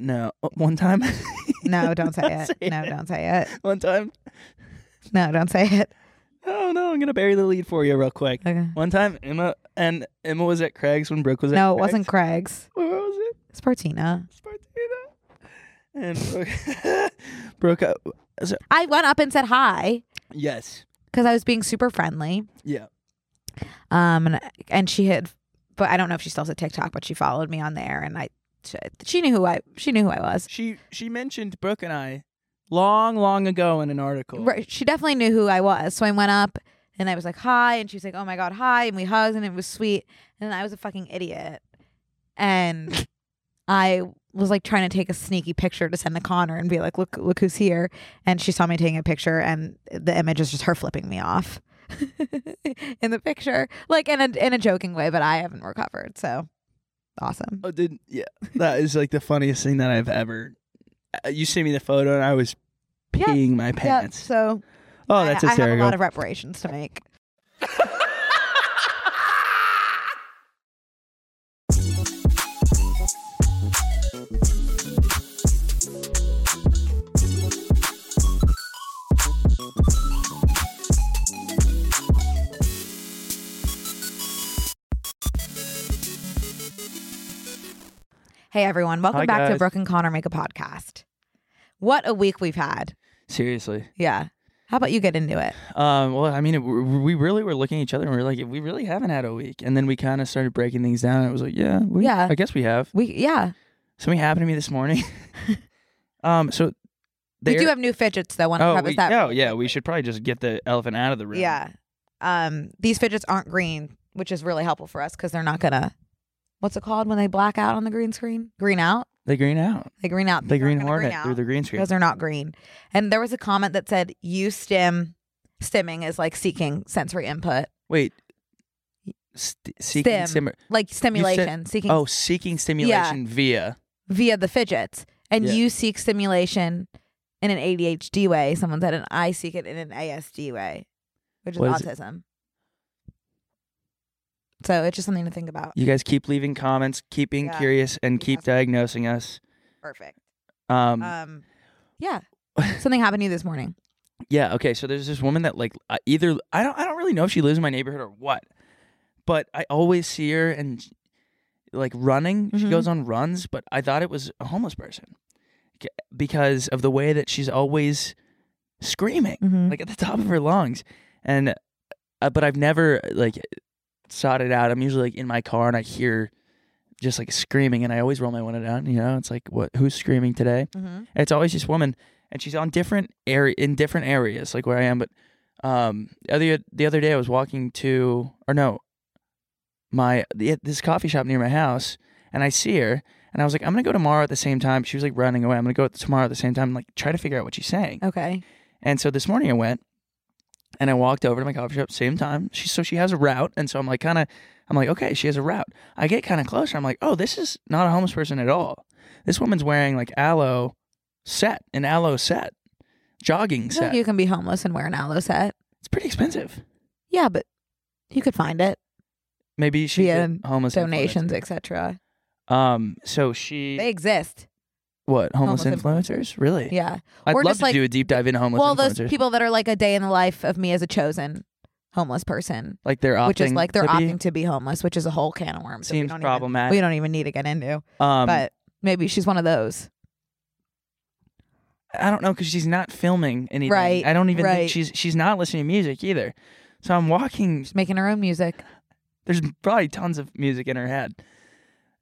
No, uh, one time, No, don't say Don't it. say no, it. don't say it. one time. No, don't say it. Oh no, I'm gonna bury the lead for you real quick. Okay. One time, Emma and Emma was at Craig's when Brooke was at. No, it Craig's. wasn't Craig's. Where was it? Spartina. Spartina. And Brooke, Brooke uh, I went up and said hi yes, because I was being super friendly. yeah. Um, and, and she had, but I don't know if she still has a TikTok, but she followed me on there, and I, she, she knew who I, she knew who I was. She she mentioned Brooke and I long long ago in an article. Right, she definitely knew who I was. So I went up and I was like, hi. And she was like, oh my God, hi. And we hugged and it was sweet. And I was a fucking idiot. And I was like trying to take a sneaky picture to send to Connor and be like, look, look who's here. And she saw me taking a picture and the image is just her flipping me off in the picture, like in a, in a joking way, but I haven't recovered. So awesome. Oh, did yeah. That is like the funniest thing that I've ever. Uh, You sent me the photo and I was Yeah. peeing my Yeah. pants. So Oh, that's I, I have a hysterical. lot of reparations to make. Hey everyone, welcome Hi, back to guys. Brooke and Connor Make a Podcast. What a week we've had. Seriously. Yeah. How about you get into it? Um, well, I mean, it, we really were looking at each other and we were like, we really haven't had a week. And then we kind of started breaking things down. And it was like, yeah, we, Yeah. I guess we have. We yeah. Something happened to me this morning. um, so We do there- have new fidgets though. Want to Oh, preface we, that? oh yeah, we should probably just get the elephant out of the room. Yeah. Um, these fidgets aren't green, which is really helpful for us because they're not gonna. What's it called when they black out on the green screen? Green out. they green out, They green out. they They're green gonna hornet through out the green screen. because they're not green. And there was a comment that said, "You stim, stimming is like seeking sensory input, Wait, st- seeking Stim. stimu- like stimulation, seeking Oh, seeking stimulation via. via the fidgets, and Yeah. you seek stimulation in an ADHD way. Someone said, and I seek it in an ASD way, which is What is autism. So it's just something to think about. You guys keep leaving comments, keep being Yeah. curious, and Keep keep asking. diagnosing us. Perfect. Um, Um, yeah, something happened to you this morning. Yeah. Okay. So there's this woman that like uh, either I don't I don't really know if she lives in my neighborhood or what, but I always see her and sh- like running. She Mhm. goes on runs, but I thought it was a homeless person K- because of the way that she's always screaming Mm-hmm. like at the top of her lungs, and uh, but I've never like sought it out. I'm usually like in my car and I hear just like screaming, and I always roll my window down. You know, it's like what who's screaming today? mm-hmm. it's always this woman and she's on different area in different areas like where i am but um the other the other day i was walking to or no my the, this coffee shop near my house and i see her and i was like i'm gonna go tomorrow at the same time she was like running away i'm gonna go tomorrow at the same time and like try to figure out what she's saying Okay. and so this morning I went and I walked over to my coffee shop same time. She so she has a route and so I'm like kind of I'm like okay, she has a route. I get kind of closer. I'm like, "Oh, this is not a homeless person at all. This woman's wearing like aloe set, an aloe set, jogging I feel like set. you can be homeless and wear an aloe set. It's pretty expensive. Yeah, but you could find it. Maybe she's Yeah, a homeless Donations, etc. influencer. Um so she They exist. what, homeless, Homeless influencers? Really? Yeah. I'd Or love just, to like- do a deep dive into homeless well, those influencers. people that are like a day in the life of me as a chosen homeless person. like they're opting which is like they're to be- opting to be homeless, which is a whole can of worms. that we Seems don't even- problematic. we don't even need to get into, um, but maybe she's one of those. I don't know because she's not filming anything. Right, I don't even right. think she's she's not listening to music either. So I'm walking. She's making her own music. There's probably tons of music in her head.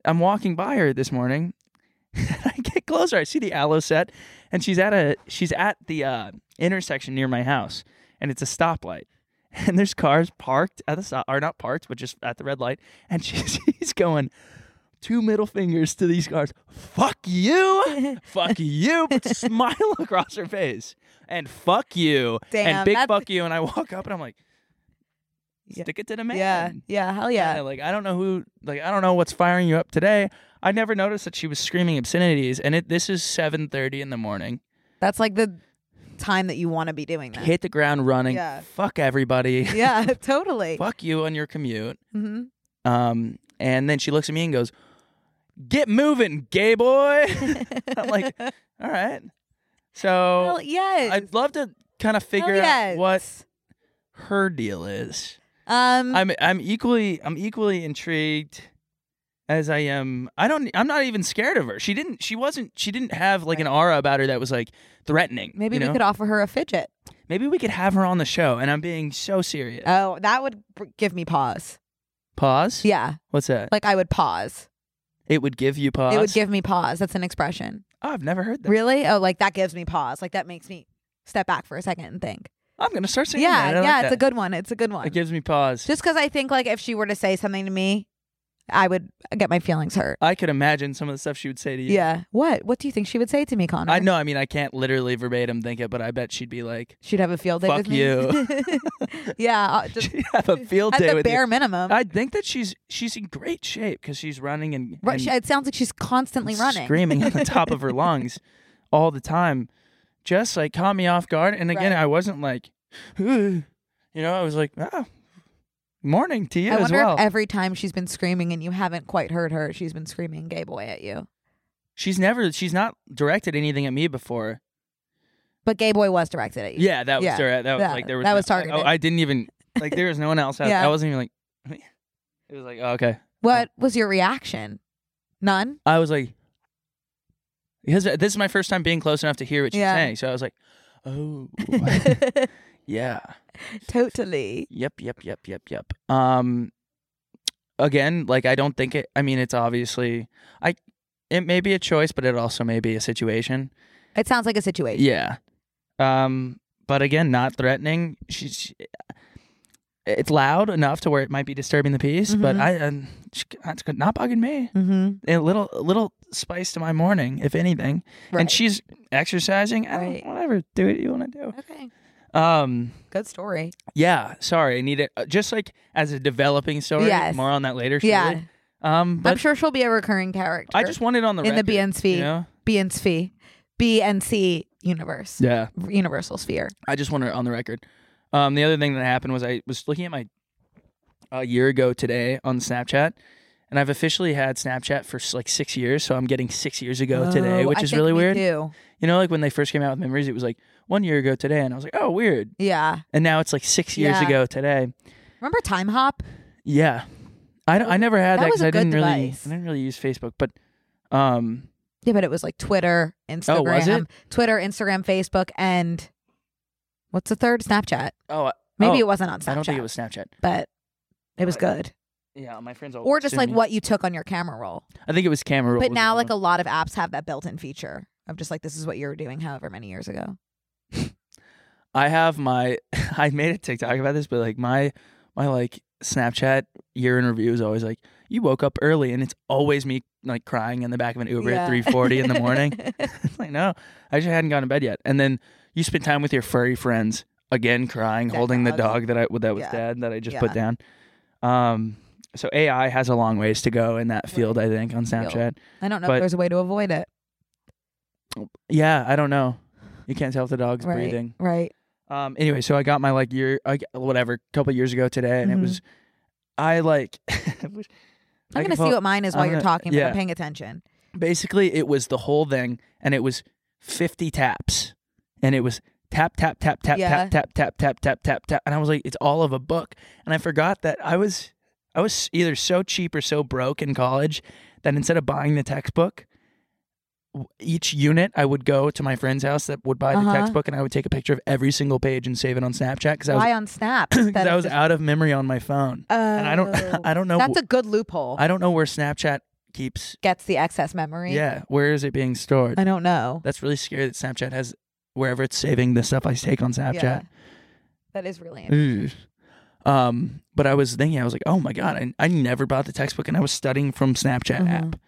I'm walking by her this morning. I get closer. I see the aloe set, and she's at a she's at the uh, intersection near my house, and it's a stoplight. And there's cars parked at the stop, or not parked, but just at the red light. And she's, she's going two middle fingers to these cars. Fuck you. fuck you, but smile across her face, and fuck you, Damn, and big that's- fuck you. And I walk up and I'm like, Yeah. stick it to the man. Yeah, yeah, hell yeah. Kinda Like I don't know who, like I don't know what's firing you up today. I never noticed that she was screaming obscenities, and it this is 7:30 in the morning. That's like the time that you want to be doing that. Hit the ground running. Yeah. Fuck everybody. yeah, totally. fuck you on your commute. hmm Um, and then she looks at me and goes, get moving, gay boy. I'm like, all right. So Hell yes. I'd love to kind of figure Hell out what yes. her deal is. Um, I'm I'm equally I'm equally intrigued as I am. I don't I'm not even scared of her. She didn't she wasn't she didn't have like an aura about her that was like threatening. maybe you we know? could offer her a fidget. maybe we could have her on the show. And I'm being so serious. Oh, that would br- give me pause. pause. Yeah, What's that? like I would pause. It would give you pause. It would give me pause. That's an expression. Oh, I've never heard that. Really? Oh, like that gives me pause. Like that makes me step back for a second and think. I'm gonna start saying yeah, that. I like yeah, it's that. a good one. It's a good one. It gives me pause. Just because I think like if she were to say something to me, I would get my feelings hurt. I could imagine some of the stuff she would say to you. Yeah. What? What do you think she would say to me, Connor? I know. I mean, I can't literally verbatim think it, but I bet she'd be like, She'd have a field day Fuck with me. you. yeah. I'll Just she'd have a field at day the with bare you. minimum. I think that she's she's in great shape because she's running and, Right, and she- it sounds like she's constantly running. screaming on the top of her lungs all the time. Just like caught me off guard. And again, Right. I wasn't like, "Ugh." you know, I was like, ah, morning to you I as wonder well. if every time she's been screaming and you haven't quite heard her, she's been screaming "gay boy" at you. she's never she's not directed anything at me before. But "gay boy" was directed at you. Yeah, that was Yeah. direct. That was Yeah, like there was that no- Oh, was targeted. I, I didn't even like there was no one else. I, Yeah. I wasn't even like. It was like oh, okay. What was your reaction? None. I was like, because this is my first time being close enough to hear what she's Yeah. saying. So I was like, oh, yeah, totally. yep, yep, yep, yep, yep. Um, again, like I don't think it. I mean, it's obviously I. It may be a choice, but it also may be a situation. It sounds like a situation. Yeah. Um, but again, not threatening. She's she- it's loud enough to where it might be disturbing the peace, but Mhm. I um, she- that's good- not bugging me. Mm-hmm. A little a little spice to my morning, if anything. Right. And she's exercising. I Right. don't, whatever, do what you want to okay. do. Um, Good story. yeah. Sorry, I need it. uh, Just like as a developing story. Yes. More on that later. yeah, surely. Um, I'm but sure she'll be a recurring character. I just want it on the in record, the BNC, You know? BNC, BNC universe, Yeah. universal sphere. I just want it on the record. Um, the other thing that happened was I was looking at my a year ago today on Snapchat, and I've officially had Snapchat for s- like six years, so I'm getting six years ago today, Oh, which I is think really me weird. too. You know, like when they first came out with memories, it was like one year ago today, and I was like, oh, weird. Yeah. And now it's like six years Yeah. ago today. Remember Time Hop? Yeah, I, don't- I never had That that because was a I didn't good really device. I didn't really use Facebook, but um, Yeah, but it was like Twitter, Instagram, Oh, was it? Twitter, Instagram, Facebook, and what's the third? Snapchat. oh, I- Maybe Oh, it wasn't on Snapchat, I don't think it was Snapchat. but it was Right. good. Yeah, my friends all Or just sue like me. what you took on your camera roll. I think it was camera. rolls But was now, another like a lot of apps have that built-in feature of just like this is what you were doing, however many years ago. I have my I made a TikTok about this, but like my my like Snapchat year in review is always like you woke up early and it's always me like crying in the back of an Uber at Yeah. three forty in the morning. It's like no, I just hadn't gone to bed yet. And then you spend time with your furry friends again, crying, Dead holding the dogs. dog that I that was Yeah. dead that I just Yeah. put down. Um, so AI has a long ways to go in that field, I think, on Field. Snapchat. I don't know But- if there's a way to avoid it. Yeah, I don't know. You can't tell if the dog's Right. breathing. Right. Um. Anyway, so I got my like year, I, whatever, couple years ago today, and Mhm. it was, I like, I wish- I I'm gonna could see pull- what mine is while I'm you're gonna- talking. but yeah. I'm paying attention. basically it was the whole thing, and it was fifty taps, and it was tap tap tap tap Yeah. tap tap tap tap tap tap tap, and I was like, it's all of a book, and I forgot that I was, I was either so cheap or so broke in college that instead of buying the textbook. w- Each unit, I would go to my friend's house that would buy the Uh-huh. textbook, and I would take a picture of every single page and save it on Snapchat because I was Why on Snap? Oh. because I was out of memory on my phone, and I don't, I don't know, That's a good loophole. I don't know where Snapchat keeps. Gets the excess memory. Yeah, where is it being stored? I don't know. That's really scary that Snapchat has wherever it's saving the stuff I take on Yeah. Snapchat. That is really interesting. Ugh. Um, but I was thinking, I was like, oh my god, I, I never bought the textbook, and I was studying from Snapchat Mhm. app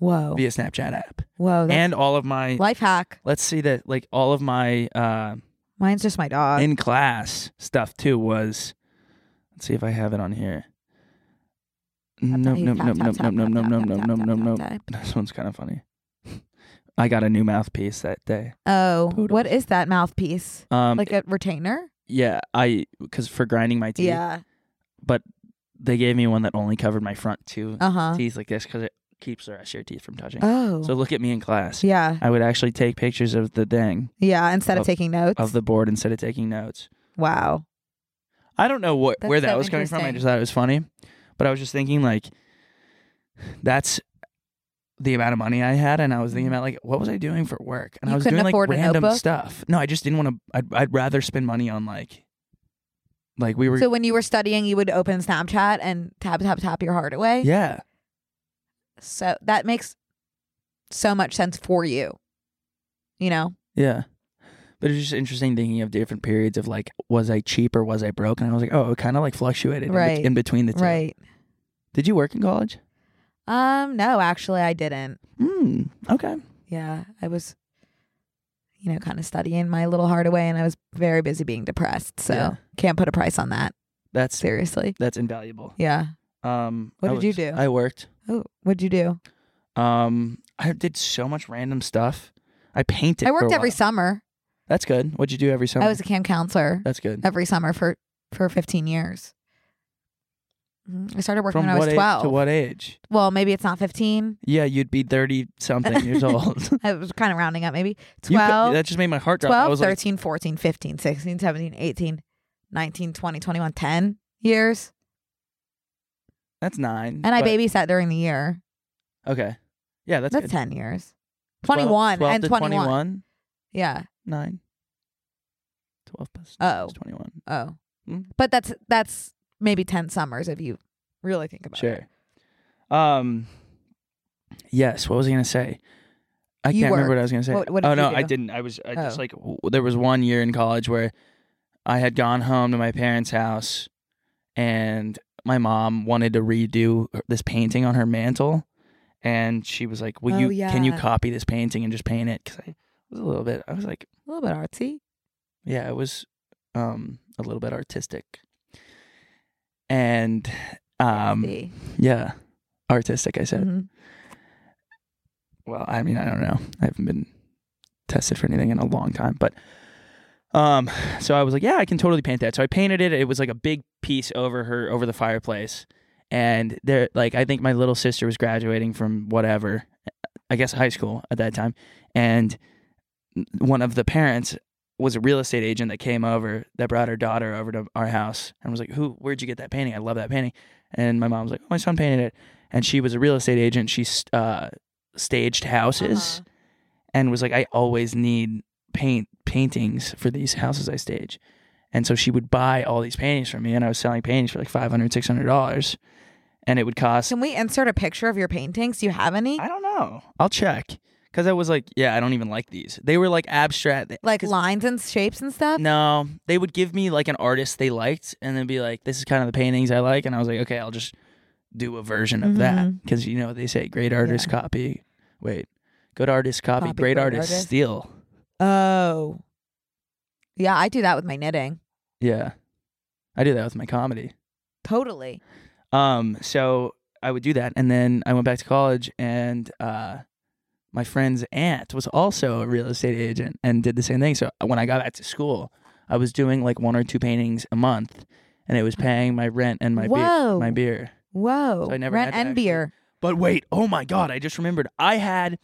Whoa. via Snapchat app, Whoa. That's and all of my. life hack. Let's see that like all of my uh, Mine's just my dog. in class stuff too was. Let's see if I have it on here. Nope, nope, nope, nope, nope, nope, nope, nope, nope, nope, nope, nope. This one's kind of funny. I got a new mouthpiece that day. Oh, Poodles. what is that mouthpiece? Um, Like a retainer? yeah, I because for grinding my teeth, Yeah. they gave me one that only covered my front two Uh huh. teeth like this because it keeps the rest of your teeth from touching. Oh. So look at me in class. yeah. I would actually take pictures of the thing Yeah. Instead of, Of- taking notes. of the board instead of taking notes. wow. I don't know what That's where that so was coming from. I interesting. just thought it was funny, but I was just thinking like, that's the amount of money I had, and I was thinking Mhm. about like, what was I doing for work? And You I was couldn't doing like afford a random notebook? stuff. No, I just didn't want to. I'd, I'd rather spend money on like, like we were. So when you were studying, you would open Snapchat and tap, tap, tap your heart away. yeah, So that makes so much sense for you. You know? yeah. But it's just interesting thinking of different periods of like, was I cheap or was I broke? And I was like, oh, it kind of like fluctuated in bet- Right. in, between the two. Right. Did you work in college? Um, no, actually I didn't. Hmm. Okay. Yeah. I was, you know, kind of studying my little heart away and I was very busy being depressed. So Yeah. can't put a price on that. That's Seriously. that's invaluable. Yeah. Um, What I did you was- do? I worked. Oh, what'd you do? Um, I did so much random stuff. I painted. I for a worked every while. summer. That's good. What'd you do every summer? I was a camp counselor That's good. every summer for for 15 years. Mhm. I started working From when I what was age 12. to what age? Well, maybe it's not 15. Yeah, you'd be thirty something years old. I was kind of rounding up, maybe You cou- 12. that just made my heart drop. I 12, was 13, 14, 15, 16, 17, 18, 19, 20, 21, 10 years. like, that's nine. And I but- babysat during the year. Okay. Yeah, that's, That's, good. 10 years. 12 21 12 and to 21. Yeah. Nine. Twelve plus Oh. twenty one. Oh. Hmm? But that's that's maybe 10 summers if you really think about it. Sure. Um. Yes. What was I gonna say? I You can't remember what worked. I was gonna say. What- what oh did you no, I do? didn't. I was. I Oh. just like w- there was one year in college where I had gone home to my parents' house, and my mom wanted to redo this painting on her mantle, and she was like, "Will Oh, you? Can you yeah. copy this painting and just paint it?" Because I was a little bit. I was like, A little bit artsy. yeah, it was um a little bit artistic, and um Artsy. yeah, artistic. I said. Mhm. well, I mean, I don't know. I haven't been tested for anything in a long time, but um so I was like, yeah, I can totally paint that. So I painted it. It was like a big piece over her over the fireplace. And there like I think my little sister was graduating from whatever, I guess high school at that time, and one of the parents was a real estate agent that came over that brought her daughter over to our house and was like, "Who? Where'd you get that painting? I love that painting." And my mom was like, oh, "My son painted it." And she was a real estate agent. She uh, staged houses Uh-huh. and was like, I always need paint paintings for these houses I stage. And so she would buy all these paintings from me, and I was selling paintings for like $500, $600. And it would cost, Can we insert a picture of your paintings? Do you have any? I don't know. I'll check. Cause I was like, yeah, I don't even like these. They were like abstract. like 'cause- lines and shapes and stuff? No, they would give me like an artist they liked and then be like, this is kind of the paintings I like. And I was like, okay, I'll just do a version of that. Mhm. Cause you know, they say great artists copy. Wait, good artists copy, Copy great, great artists artists. steal. Oh. Yeah, I do that with my knitting. Yeah. I do that with my comedy. Totally. Um, so I would do that, and then I went back to college, and uh, my friend's aunt was also a real estate agent and did the same thing. So uh, when I got back to school, I was doing like one or two paintings a month, and it was paying my rent and my beer, Whoa. my beer. Whoa. So I never had Rent to and actually- beer. But wait, oh my god, I just remembered I had.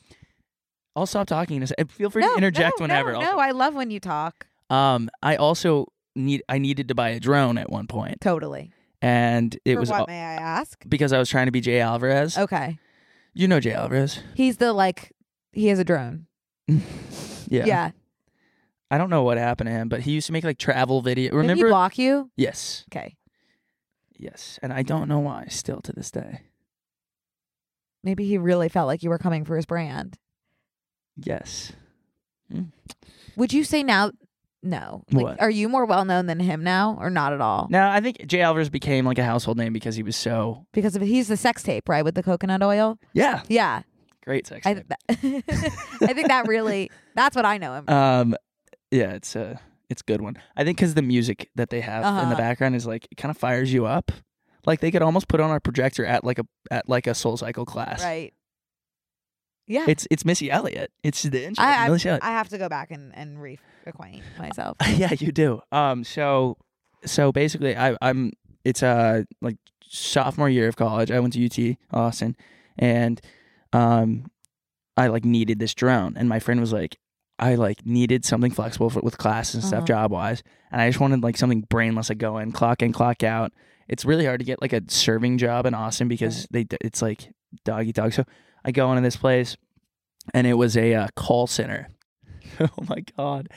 I'll stop talking. in a sec- Feel free no, to interject no, whenever. No, also. no, I love when you talk. um, I also need. I needed to buy a drone at one point, Totally. and it For was what all- may I ask? because I was trying to be Jay Alvarez. Okay. You know Jay Alvarez. He's the like he has a drone. Yeah. yeah. I don't know what happened to him, but he used to make like travel video. Did he Remember? block you? yes. Okay. Yes. And I don't know why still to this day. Maybe he really felt like you were coming for his brand. Yes. Would you say now no. Like, What? Are you more well known than him now or not at all? Now, I think Jay Alvarez became like a household name because he was so Because of he's the sex tape, right, with the coconut oil? Yeah, Yeah. great sex. I, name. th- I think that really that's what I know him. um yeah, it's a it's a good one. I think cuz the music that they have in the Uh-huh. background is like it kind of fires you up. Like they could almost put on a projector at like a at like a Soul Cycle class. Right. Yeah. It's it's Missy Elliott. It's the intro. I- I, Missy Elliott. I have to go back and, and reacquaint myself. yeah, you do. Um, so, so basically, I, I'm. It's uh like sophomore year of college. I went to UT Austin, and um, I like needed this drone, and my friend was like, I like needed something flexible for, with class and stuff, Uh-huh. job wise, and I just wanted like something brainless. I go in, clock in, clock out. It's really hard to get like a serving job in Austin because they d- it's like doggy dog. So I go into this place, and it was a uh, call center. oh my god,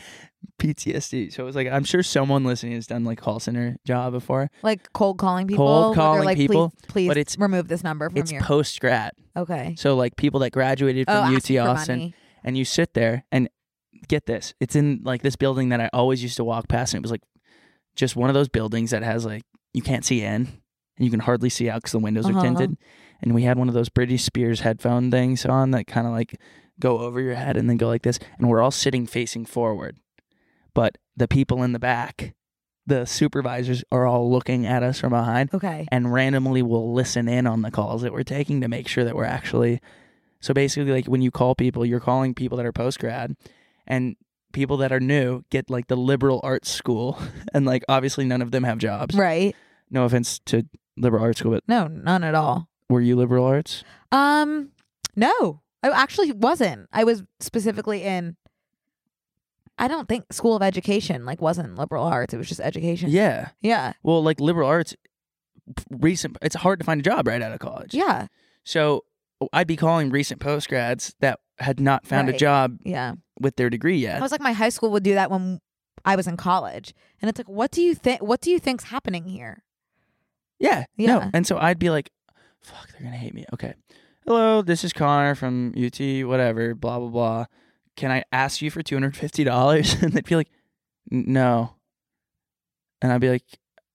PTSD. So it was like I'm sure someone listening has done like call center job before. Like cold calling people. where they're calling like, people, Please, please but it's- remove this number from It's your. post grad. okay. So like people that graduated oh, from ask UT for Austin, money. and you sit there and get this. It's in like this building that I always used to walk past, and it was like just one of those buildings that has like you can't see in and you can hardly see out because the windows Uh-huh, are uh-huh. tinted. And we had one of those Britney Spears headphone things on that kind of like go over your head and then go like this. And we're all sitting facing forward, but the people in the back, the supervisors, are all looking at us from behind Okay. and randomly will listen in on the calls that we're taking to make sure that we're actually so basically like when you call people you're calling people that are post grad and people that are new get like the liberal arts school and like obviously none of them have jobs Right. no offense to liberal arts school but No, none at all. were you liberal arts Um, no, I actually wasn't. I was specifically in. I don't think school of education like wasn't liberal arts. It was just education. yeah Yeah. well like liberal arts recent it's hard to find a job right out of college Yeah. so i'd be calling recent post grads that had not found a Right. job Yeah. with their degree yet I was like, my high school would do that when I was in college, and it's like, what do you think? What do you think's happening here? Yeah. Yeah. No. And so I'd be like, fuck, they're going to hate me. Okay. Hello, this is Connor from UT, whatever, blah, blah, blah. Can I ask you for $250? And they'd be like, "N- no. And I'd be like,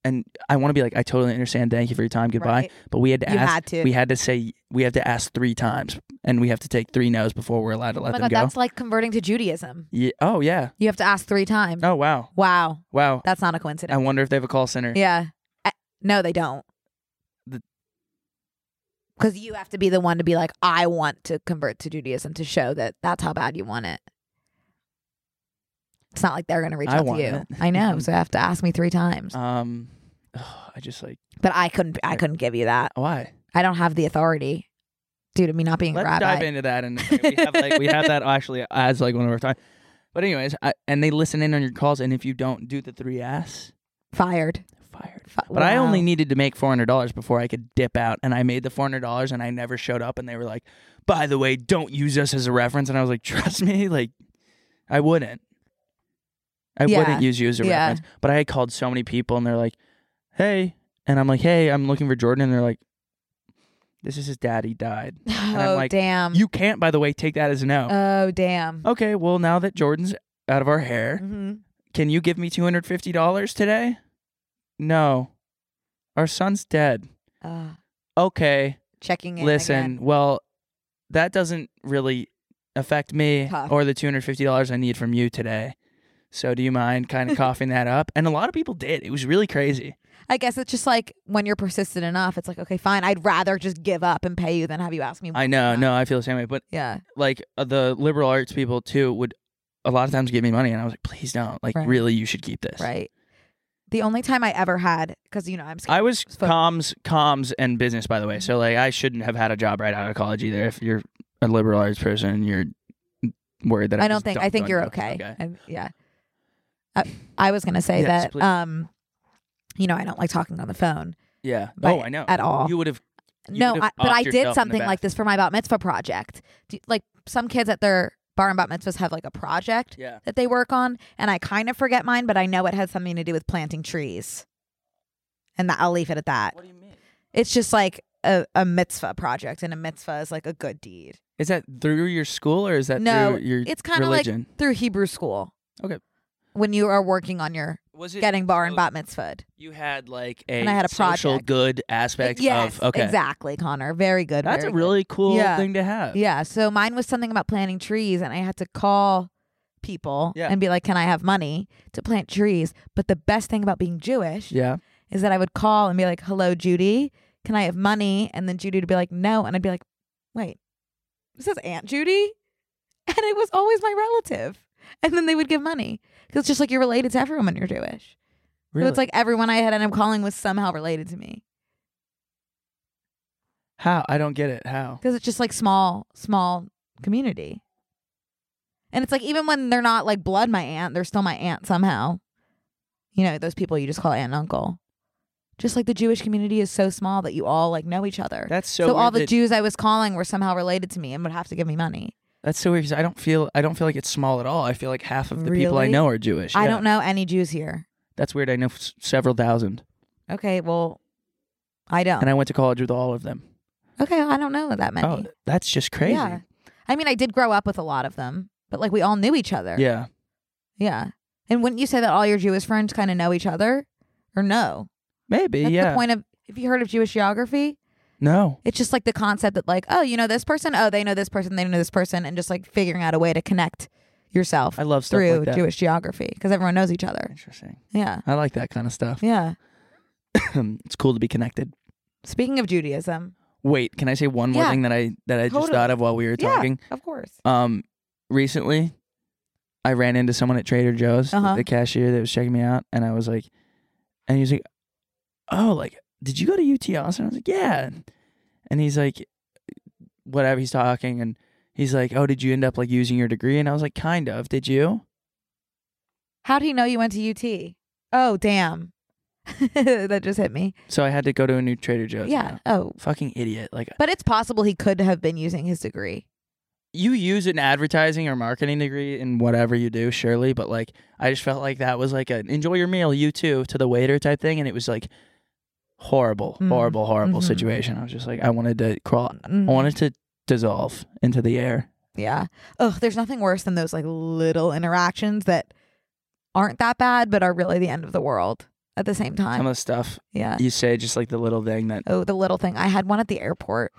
and I want to be like, I totally understand. Thank you for your time. Goodbye. Right. But we had to You ask. had to. we had to say, we have to ask three times and we have to take three no's before we're allowed to oh let my them god, go. that's like converting to Judaism. yeah. Oh, yeah. You have to ask three times. Oh, wow. Wow, Wow. that's not a I coincidence. wonder if they have a call center. yeah. I- no, they don't. The- Because you have to be the one to be like, I want to convert to Judaism to show that that's how bad you want it. It's not like they're going to reach I out to want you. it. I know, so I have to ask me three times. Um, I just like, but I couldn't. I couldn't give you that. why? I don't have the authority due to me not being a Let's rabbi. dive into that, and we have like we have that actually as like one of our time. But anyways, I, and they listen in on your calls, and if you don't do the three S, Fired. fired. Fi- But I wow. only needed to make four hundred dollars before I could dip out, and I made the four hundred dollars, and I never showed up, and they were like, "By the way, don't use us as a reference," and I was like, "Trust me, like, I wouldn't." I Yeah. wouldn't use you as a Yeah. reference, but I had called so many people, and they're like, "Hey," and I'm like, "Hey, I'm looking for Jordan," and they're like, "This is his dad. He died." I'm oh like, damn. You can't, by the way, take that as a no. oh damn. Okay, well, now that Jordan's out of our hair, hmm can you give me $250 today? No. Our son's dead. Uh, Okay, checking in. listen, again. well, that doesn't really affect me Tough. or the $250 I need from you today. So, do you mind kind of coughing that up? And a lot of people did. It was really crazy. I guess it's just like when you're persistent enough, it's like okay, fine. I'd rather just give up and pay you than have you ask me. I know, Yeah. no, I feel the same way. But, Yeah. like, uh, the liberal arts people, too, would a lot of times give me money. And I was like, please don't. Like, Right. really, you should keep this. Right. The only time I ever had, because you know I'm scared. I was Fuck. comms, comms, and business, by the way. So like, I shouldn't have had a job right out of college either. If you're a liberal arts person, and you're worried that I, I don't just think. I dumped think on you're you. okay. And yeah. I, I was gonna say Yes, that. please. Um. You know, I don't like talking on the phone Yeah. But oh, I know. at all. You would have. You no, would've I, but offed I yourself in did the something back. like this for my bat mitzvah project. Do, like some kids at their bar and bat mitzvahs have like a project Yeah. that they work on, and I kind of forget mine, but I know it had something to do with planting trees, and that, I'll leave it at that. do you mean? It's just like a, a mitzvah project, and a mitzvah is like a good deed. Is that through your school or is that no, through your it's kind of like religion? through Hebrew school. Okay. when you are working on your was it getting bar and so bat mitzvahed. You had like a And I had a social project. good aspect Yes, of okay. exactly, Connor. Very good. That's a very good. really cool Yeah. thing to have. Yeah. So mine was something about planting trees, and I had to call people Yeah. and be like, "Can I have money to plant trees?" But the best thing about being Jewish Yeah. is that I would call and be like, "Hello, Judy, can I have money?" And then Judy would be like, "No," and I'd be like, "Wait, this is Aunt Judy," and it was always my relative. And then they would give money because it's just like you're related to everyone when you're Jewish. So Really. it's like everyone I had and I'm calling was somehow related to me. How? I don't get it. How? because it's just like small, small community. And it's like even when they're not like blood my aunt, they're still my aunt somehow. You know, those people you just call aunt and uncle. Just like the Jewish community is so small that you all like know each other. That's so. all weird the that- Jews I was calling were somehow related to me and would have to give me money. That's so weird because I don't feel. I don't feel like it's small at all. I feel like half of the people I Really? know are Jewish. I Yeah. don't know any Jews here. That's weird. I know s- several thousand, Okay, well, I don't. and I went to college with all of them. okay, I don't know that many. Oh, that's just crazy. Yeah. I mean, I did grow up with a lot of them, but like we all knew each other. Yeah. Yeah. And wouldn't you say that all your Jewish friends kind of know each other? Or no? Maybe. That's yeah. the point of if you heard of Jewish geography, No. it's just like the concept that like, oh, you know this person, oh, they know this person, they know this person, and just like figuring out a way to connect yourself I love stuff through like that. Jewish geography because everyone knows each other. Interesting. Yeah. I like that kind of stuff. Yeah. it's cool to be connected. Speaking of Judaism, Wait, can I say one more Yeah. thing that I that I just Totally. thought of while we were Yeah. talking? of course. Um, recently, I ran into someone at Trader Joe's, Uh-huh. the cashier that was checking me out, and I was like, and he was like, "Oh, like, did you go to UT Austin?" I was like, "Yeah," and he's like, whatever. He's talking, and he's like, "Oh, did you end up like using your degree?" And I was like, "Kind of. Did you?" How do you know you went to UT? Oh, damn. that just hit me. So I had to go to a new Trader Joe's. Yeah. now. Oh. Fucking idiot! Like But it's possible he could have been using his degree. you use an advertising or marketing degree in whatever you do, surely, but like I just felt like that was like an enjoy your meal, you too, to the waiter type thing, and it was like horrible, Mm. horrible, horrible Mhm. situation. I was just like, I wanted to crawl, Mm. I wanted to dissolve into the air. Yeah. Ugh, there's nothing worse than those like little interactions that aren't that bad but are really the end of the world at the same time. Some of the stuff yeah. you say, just like the little thing that, Oh, the little thing. I had one at the airport.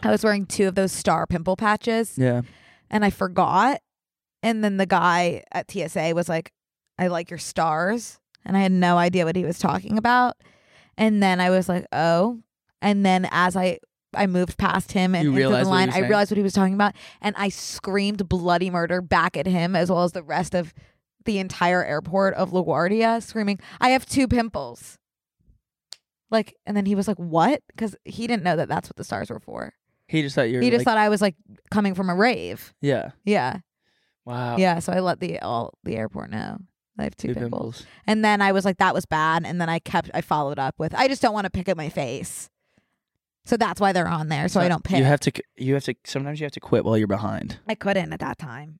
I was wearing two of those star pimple patches yeah, and I forgot. And then the guy at TSA was like, I like your stars. And I had no idea what he was talking about. And then I was like, oh. And then as I I moved past him and You into realized the what he line, was I saying? realized what he was talking about. And I screamed bloody murder back at him as well as the rest of the entire airport of LaGuardia, screaming, I have two pimples. Like, and then he was like, what? Because he didn't know that that's what the stars were for. he just thought you were, He just like- thought I was like coming from a rave. yeah, Yeah. wow, Yeah, so I let the all the airport know. that I have two, Oh. two pimples. pimples. And then I was like, that was bad. And then I kept I followed up with I just don't want to pick at my face. So that's why they're on there. So, I don't pick. You have to, you have to. Sometimes you have to quit while you're behind. I couldn't at that time.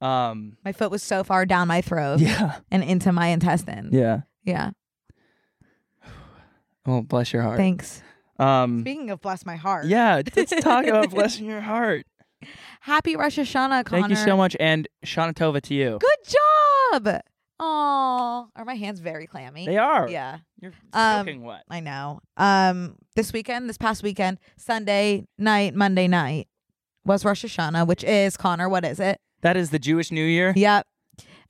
Um, My foot was so far down my throat yeah, and into my intestines. yeah. Yeah. Well, bless your heart. Thanks. um, Speaking of bless my heart. Yeah, let's talk about blessing your heart. Happy Rosh Hashanah, Connor. Thank you so much, and Shana Tova to you. Good job. Aw. Are my hands very clammy? They are. Yeah. You're Um, soaking wet. I know. Um, this weekend, this past weekend, Sunday night, Monday night was Rosh Hashanah, which is Connor. What is it? That is the Jewish New Year. Yep.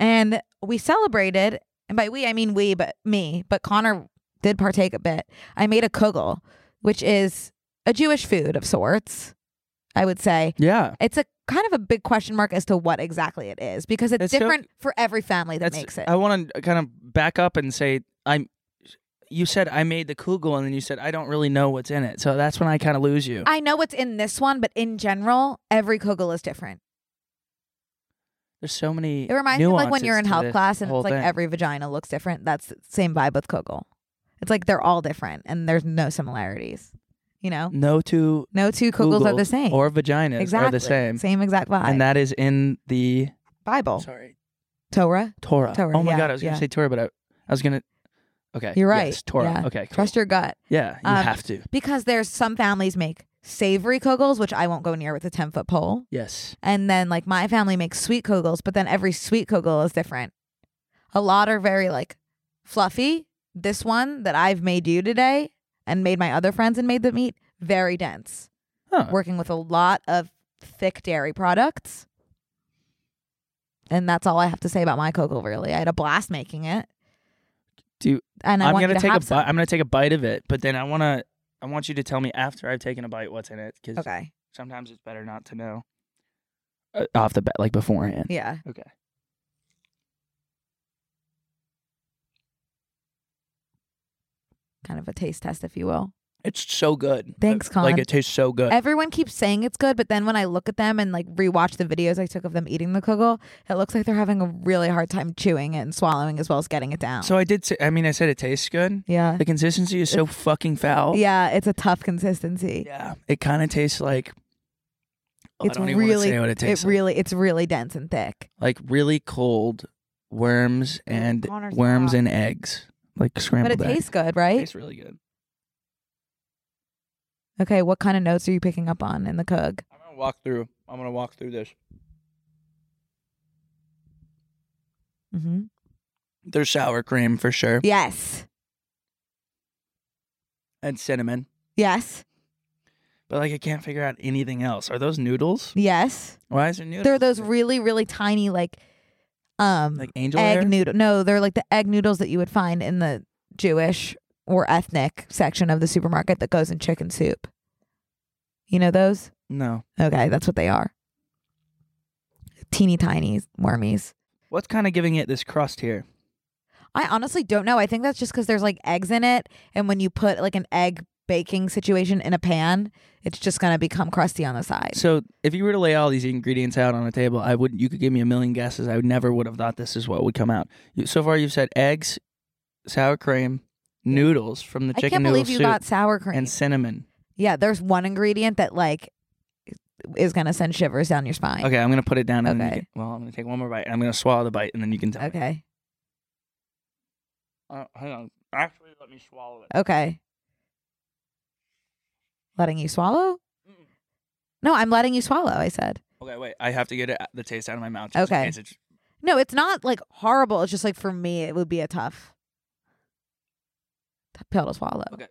And we celebrated, and by we I mean we, but me, but Connor did partake a bit. I made a kugel, which is a Jewish food of sorts. I would say Yeah. it's a kind of a big question mark as to what exactly it is because it's, It's so- different for every family that That's, makes it. I want to kind of back up and say I'm. You said I made the kugel, and then you said I don't really know what's in it. So that's when I kind of lose you. I know what's in this one, but in general, every kugel is different. There's so many. It reminds me of like when you're in nuances to health this class and whole it's like thing. every vagina looks different. That's the same vibe with Kogel. It's like they're all different and there's no similarities. You know? no two No two Kogels are the Kugels same. or vaginas exactly. are the same, Same exact vibe. and that is in the Bible. sorry Torah. Torah. Torah, oh my yeah, God, I was gonna yeah. say Torah, but I, I was gonna. Okay, You're right, Yes, Torah. yeah. Okay, cool. Trust your gut. Yeah, you Um, have to. Because there's some families make savory Kogels, which I won't go near with a ten foot pole. Yes. And then like my family makes sweet kogels, but then every sweet kogel is different. A lot are very like fluffy. This one that I've made you today and made my other friends and made them eat, very dense. Huh. Working with a lot of thick dairy products. And that's all I have to say about my kogel really. I had a blast making it. Do- and I I'm want you gonna to take a have bite. some. I'm gonna take a bite of it, but then I wanna. I want you to tell me after I've taken a bite what's in it, because Okay. sometimes it's better not to know. Uh, off the bat, like beforehand. Yeah. Okay. Kind of a taste test, if you will. It's so good. Uh, Thanks, Colin. Like it tastes so good. Everyone keeps saying it's good, but then when I look at them and like rewatch the videos I took of them eating the kugel, it looks like they're having a really hard time chewing it and swallowing as well as getting it down. so I did. Say, I mean, I said it tastes good. yeah. The consistency is so fucking foul. Yeah, it's a tough consistency. oh. Yeah. It kind of tastes like. oh, It's I don't even want really to say what it tastes it really it's really dense and thick. like. Like really cold worms and Connor's worms hot. and eggs, like But scrambled it eggs. tastes good, right? Tastes really good. Okay, what kind of notes are you picking up on in the kug? I'm gonna walk through. I'm gonna walk through this. Mm-hmm. There's sour cream for sure, Yes. and cinnamon. Yes. But like, I can't figure out anything else. Are those noodles? Yes. Why is there noodles? They're those really really tiny like um like angel hair. egg noodle. No, they're like the egg noodles that you would find in the Jewish or ethnic section of the supermarket that goes in chicken soup. You know those? No. Okay, that's what they are. Teeny tiny wormies. What's kind of giving it this crust here? I honestly don't know. I think that's just because there's like eggs in it, and when you put like an egg baking situation in a pan, it's just gonna become crusty on the side. So if you were to lay all these ingredients out on a table, I would you could give me a million guesses. I would never would have thought this is what would come out. You, so far, you've said eggs, sour cream, noodles from the I chicken can't noodle believe you soup, got sour cream. and cinnamon. yeah, there's one ingredient that like is gonna send shivers down your spine. Okay, I'm gonna put it down. And then you Okay. can- well, I'm gonna take one more bite and I'm gonna swallow the bite and then you can tell. me. Okay. Uh, hang on. Actually, let me swallow it. Okay. Letting you swallow? Mm-mm. No, I'm letting you swallow, I said. Okay, wait. I have to get it, the taste out of my mouth. just in Oh. Okay. case it's- No, it's not like horrible. It's just like for me, it would be a tough, tough pill to swallow. Okay.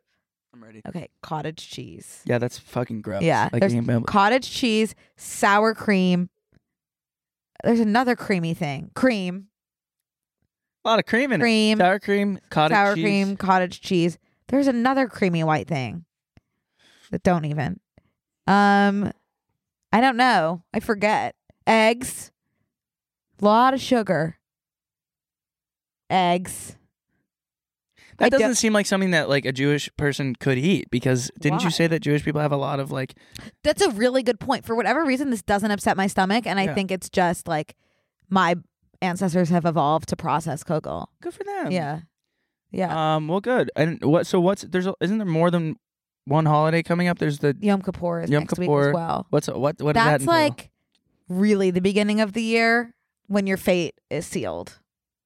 I'm ready. Okay, cottage cheese. Yeah, that's fucking gross. Yeah, Like, there's you can- Cottage cheese, sour cream. There's another creamy thing. Cream, a lot of cream in it. cream, Sour cream, cottage sour cheese. cream, cottage cheese. There's another creamy white thing that don't even. Um, I don't know. I forget. Eggs, a lot of sugar. Eggs. I That don't- doesn't seem like something that like a Jewish person could eat because didn't Why? you say that Jewish people have a lot of like That's a really good point. For whatever reason, this doesn't upset my stomach, and I Yeah. think it's just like my ancestors have evolved to process kugel. good for them. yeah, yeah. Um. Well, good. And what? So what's there's a, isn't there more than one holiday coming up? There's the Yom Kippur is Yom next week Kippur. as well. what's what what does that That's entail? like really the beginning of the year when your fate is sealed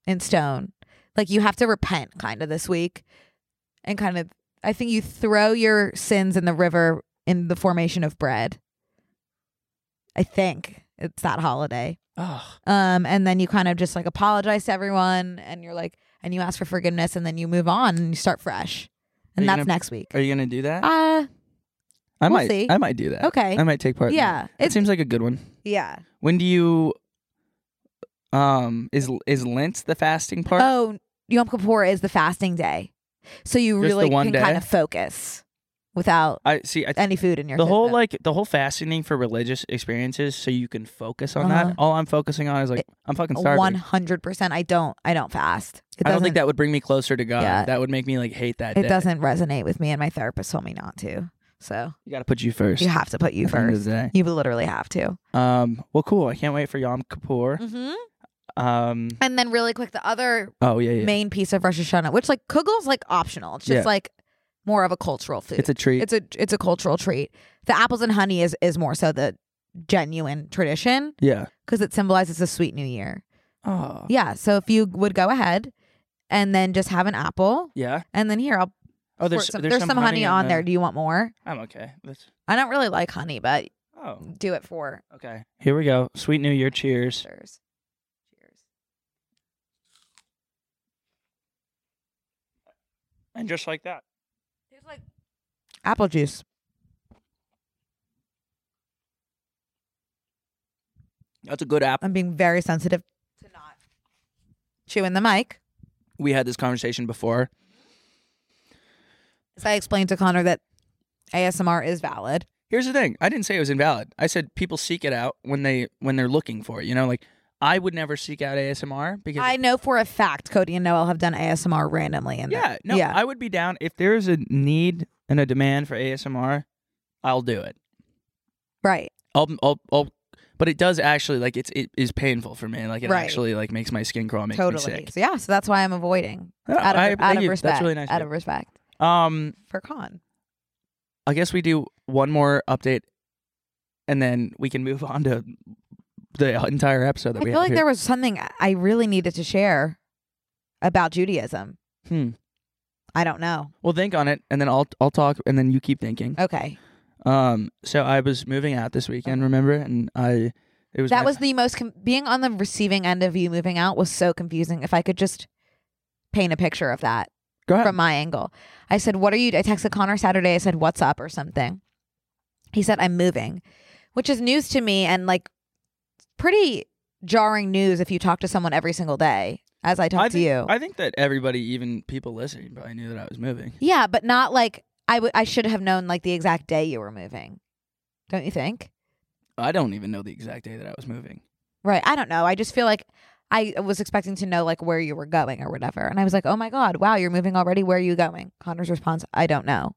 in stone. Like you have to repent kind of this week, and kind of I think you throw your sins in the river in the formation of bread. I think it's that holiday. oh Um, and then you kind of just like apologize to everyone and you're like, and you ask for forgiveness and then you move on and you start fresh. Are And you that's gonna- next week. are you gonna do that? Uh, I we'll might see. I might do that. Uh, okay. I might take part. in that. yeah. It It's, seems like a good one. yeah. When do you um is is Lent the fasting part? Oh, Yom Kippur is the fasting day. So you Just the really one can day? kind of focus without I see. I, any food in your the whole system. like the whole fasting for religious experiences, so you can focus on Uh-huh. that. All I'm focusing on is like I'm fucking starving. One hundred percent. I don't. I don't fast. It I don't think doesn't- that would bring me closer to God. Yeah. That would make me like hate that. it day. doesn't resonate with me, and my therapist told me not to. So You got to put you first. you have to put you at the end of first. the day. You literally have to. Um. Well, cool. I can't wait for Yom Kippur. Mm-hmm. Um. And then, really quick, the other Oh yeah, yeah. main piece of Rosh Hashanah, which like kugel's like optional. It's Yeah. just like more of a cultural food. It's a treat. it's a it's a cultural treat. The apples and honey is is more so the genuine tradition yeah. because it symbolizes a sweet new year. Oh. Yeah. So if you would go ahead and then just have an apple, Yeah. and then here I'll Oh, pour there's some, there's, some, honey, in on the- there. Do you want more? I'm okay. That's, I don't really like honey, but oh. do it for Okay. Here we go. Sweet New Year. Cheers. others. Cheers. And just like that. There's like apple juice. That's a good app. I'm being very sensitive to not chewing the mic. We had this conversation before. So I explained to Connor that ASMR is valid. Here's the thing. I didn't say it was invalid. I said people seek it out when they when they're looking for it. You know, like I would never seek out ASMR because I know for a fact Cody and Noel have done ASMR randomly. And yeah, no, yeah. I would be down if there is a need and a demand for ASMR. I'll do it. right. I'll, I'll, I'll but it does actually like it's it is painful for me. Like it Right. actually like makes my skin crawl, and makes me Totally. sick. So yeah, so that's why I'm avoiding Oh, out of, I- out thank of you. respect. That's really nice. of Out you. of respect um, for Con. I guess we do one more update, and then we can move on to the entire episode that I we feel have like here. there was something I- I really needed to share about Judaism. Hmm. I don't know. Well, think on it, and then I'll I'll talk, and then you keep thinking. Okay. Um, so I was moving out this weekend, remember, and I it was that my- was the most com- being on the receiving end of you moving out was so confusing. If I could just paint a picture of that go ahead. from my angle, I said, "What are you?" I texted Connor Saturday. I said, "What's up?" or something. He said, "I'm moving," which is news to me and like pretty jarring news if you talk to someone every single day, as I talk I to think, you. I think that everybody, even people listening, probably knew that I was moving. yeah, but not like I would. I should have known like the exact day you were moving. Don't you think? I don't even know the exact day that I was moving. Right. I don't know. I just feel like I was expecting to know like where you were going or whatever. And I was like, oh my God, wow, you're moving already. Where are you going? Connor's response, I don't know.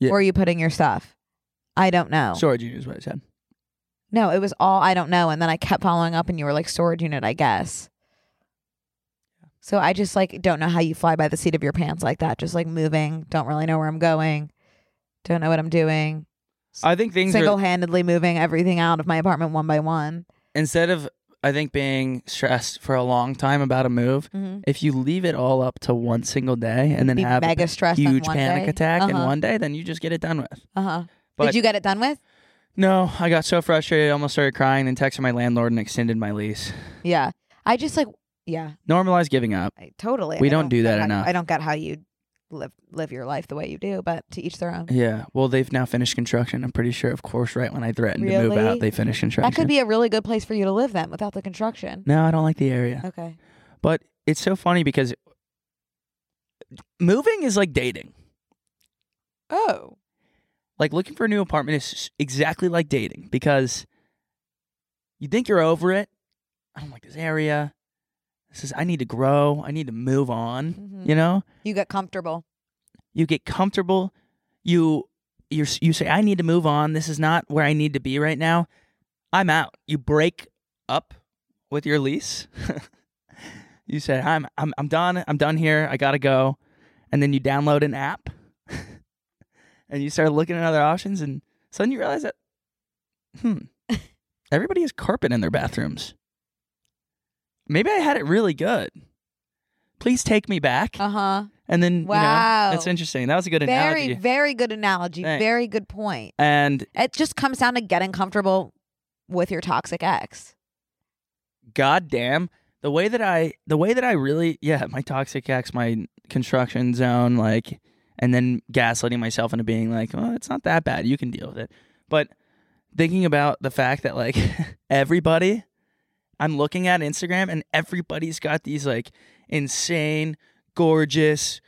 Yeah. Where are you putting your stuff? I don't know. Storage unit is what I said. No, it was all I don't know. And then I kept following up and you were like, storage unit, I guess. So I just like don't know how you fly by the seat of your pants like that. Just like moving. Don't really know where I'm going. Don't know what I'm doing. I think things are Single handedly moving everything out of my apartment one by one. instead of I think being stressed for a long time about a move, Mm-hmm. if you leave it all up to one single day and then Be have mega a stressed. on huge one panic day. attack in Uh-huh. one day, then you just get it done with. Uh huh. But- Did you get it done with? No, I got so frustrated, I almost started crying, then texted my landlord and extended my lease. Yeah. I just like yeah, Normalize giving up. I, totally. We I don't do get that how- enough. I don't get how you live live your life the way you do, but to each their own. Yeah. Well, they've now finished construction. I'm pretty sure, of course, right when I threatened to move Really? out, they finished construction. That could be a really good place for you to live then without the construction. No, I don't like the area. Okay. But it's so funny because moving is like dating. Oh. Like looking for a new apartment is exactly like dating because you think you're over it. I don't like this area. This is I need to grow. I need to move on. Mhm. You know, You get comfortable. you get comfortable. You you you say I need to move on. This is not where I need to be right now. I'm out. You break up with your lease. you say I'm I'm I'm done. I'm done here. I gotta go. And then you download an app, and you start looking at other options, and suddenly you realize that, hmm, everybody has carpet in their bathrooms. Maybe I had it really good. Please take me back. Uh-huh. And then you know, that's Wow. interesting. That was a good Very, analogy. very good analogy. Thanks. Very good point. and It just comes down to getting comfortable with your toxic ex. goddamn, the way that I, the way that I really, yeah, my toxic ex, my construction zone, like, and then gaslighting myself into being like, oh, it's not that bad. You can deal with it. But thinking about the fact that like everybody, I'm looking at Instagram and everybody's got these like insane, gorgeous.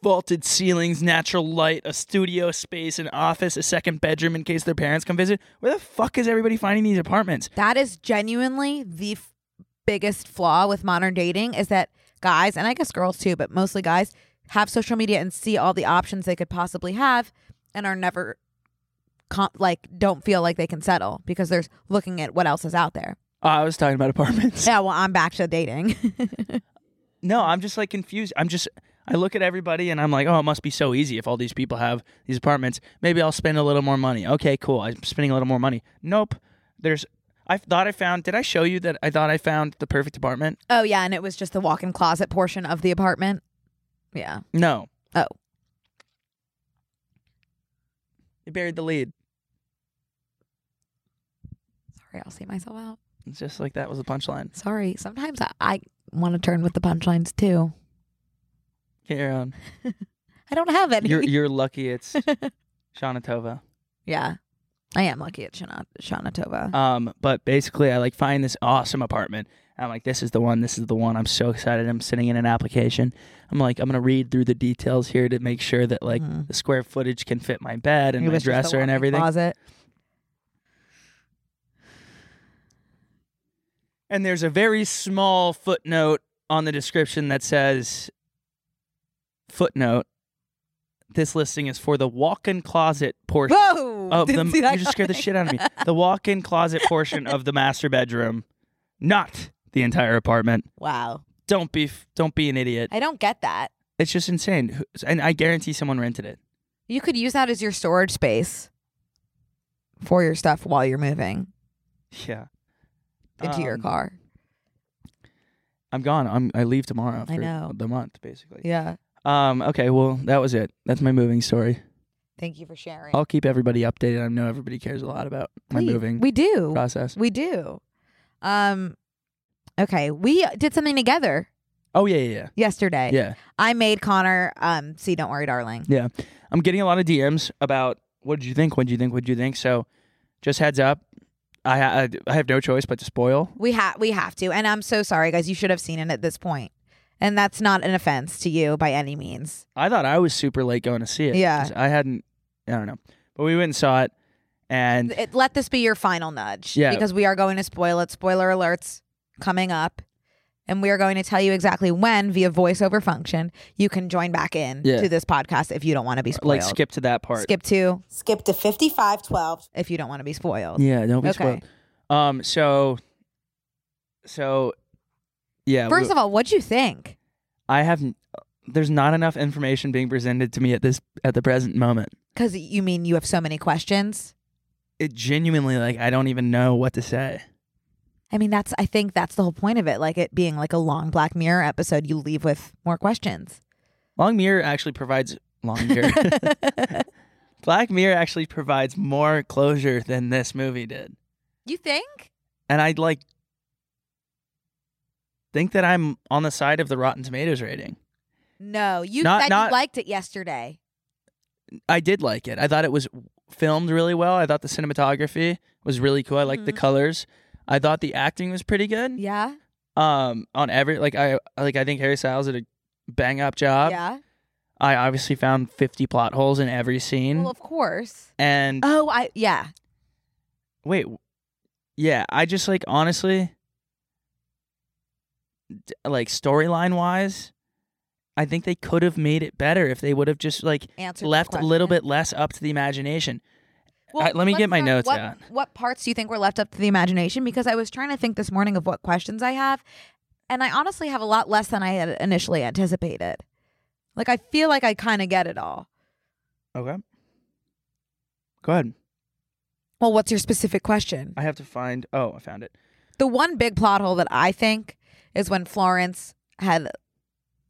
Vaulted ceilings, natural light, a studio space, an office, a second bedroom in case their parents come visit. Where the fuck is everybody finding these apartments? That is genuinely the f- biggest flaw with modern dating is that guys, and I guess girls too, but mostly guys, have social media and see all the options they could possibly have and are never com- like don't feel like they can settle because they're looking at what else is out there. Oh, I was talking about apartments. Yeah, well, I'm back to dating. No, I'm just like confused. I'm just I look at everybody and I'm like, oh, it must be so easy if all these people have these apartments. Maybe I'll spend a little more money. Okay, cool. I'm spending a little more money. Nope. There's I thought I found. Did I show you that I thought I found the perfect apartment? oh yeah, and it was just the walk-in closet portion of the apartment. Yeah. No. Oh. You buried the lead. Sorry, I'll see myself out. It's just like that was the punchline. Sorry. Sometimes I, I want to turn with the punchlines too. Get your own. I don't have any. You're you're lucky. It's Shauna Tova. Yeah. I am lucky at Shana, Shanatova. Um, but basically, I like find this awesome apartment. And I'm like, this is the one. This is the one. I'm so excited. I'm sending in an application. I'm like, I'm gonna read through the details here to make sure that like Mhm. the square footage can fit my bed and It my was just the dresser and walk-in everything. Closet. And there's a very small footnote on the description that says footnote. This listing is for the walk-in closet portion Whoa! of Oh, the Didn't see that you just scared the coming. shit out of me. The walk-in closet portion of the master bedroom, not the entire apartment. Wow. Don't be f- don't be an idiot. I don't get that. It's just insane. Who- And I guarantee someone rented it. You could use that as your storage space for your stuff while you're moving Yeah. into your Um, car. I'm gone. I'm I leave tomorrow. I for know. the month basically. Yeah. Um. Okay. Well, that was it. That's my moving story. Thank you for sharing. I'll keep everybody updated. I know everybody cares a lot about my Please. Oh, moving We do. process. We do. Um okay, we did something together Oh yeah, yeah, yesterday. yeah, yeah. I made Connor um see don't worry darling. I'm getting a lot of DMs about what did you think? What did you think? What did you think? So, just heads up, I I, I have no choice but to spoil. We ha we have to and I'm so sorry guys, you should have seen it at this point. And that's not an offense to you by any means. I thought I was super late going to see it. Yeah. 'cause I hadn't. I don't know, but we went and saw it, and It, let this be your final nudge Yeah. because we are going to spoil it. Spoiler alerts coming up. And we are going to tell you exactly when via voiceover function you can join back in Yeah. to this podcast if you don't want to be spoiled. like skip to that part. skip to Skip to 5512. if you don't want to be spoiled. Yeah, don't be Okay. spoiled. Um. So. So. Yeah. First of all, what'd you think? I have. n- There's not enough information being presented to me at this at the present moment. Because you mean you have so many questions? It genuinely like I don't even know what to say. I mean, that's, I think that's the whole point of it. Like it being like a long Black Mirror episode, you leave with more questions. Long Mirror actually provides Long Mirror. Black Mirror actually provides more closure than this movie did, you think? and I'd like think that I'm on the side of the Rotten Tomatoes rating. No, you Not- said not- you liked it yesterday. I did like it. I thought it was filmed really well. I thought the cinematography was really cool. I liked the Mhm. colors. I thought the acting was pretty good. Yeah. Um, on every like I like I think Harry Styles did a bang up job. yeah. I obviously found fifty plot holes in every scene. Well, of course. and Oh, I, yeah. wait, w- yeah, I just like honestly, d- like storyline wise, I think they could have made it better if they would have just like Answer left a little bit less up to the imagination. Well, I- let me let's get my start- notes what, out. What parts do you think were left up to the imagination? Because I was trying to think this morning of what questions I have, and I honestly have a lot less than I had initially anticipated. Like I feel like I kind of get it all. Okay. Go ahead. Well, what's your specific question? I have to find. Oh, I found it. The one big plot hole that I think is when Florence had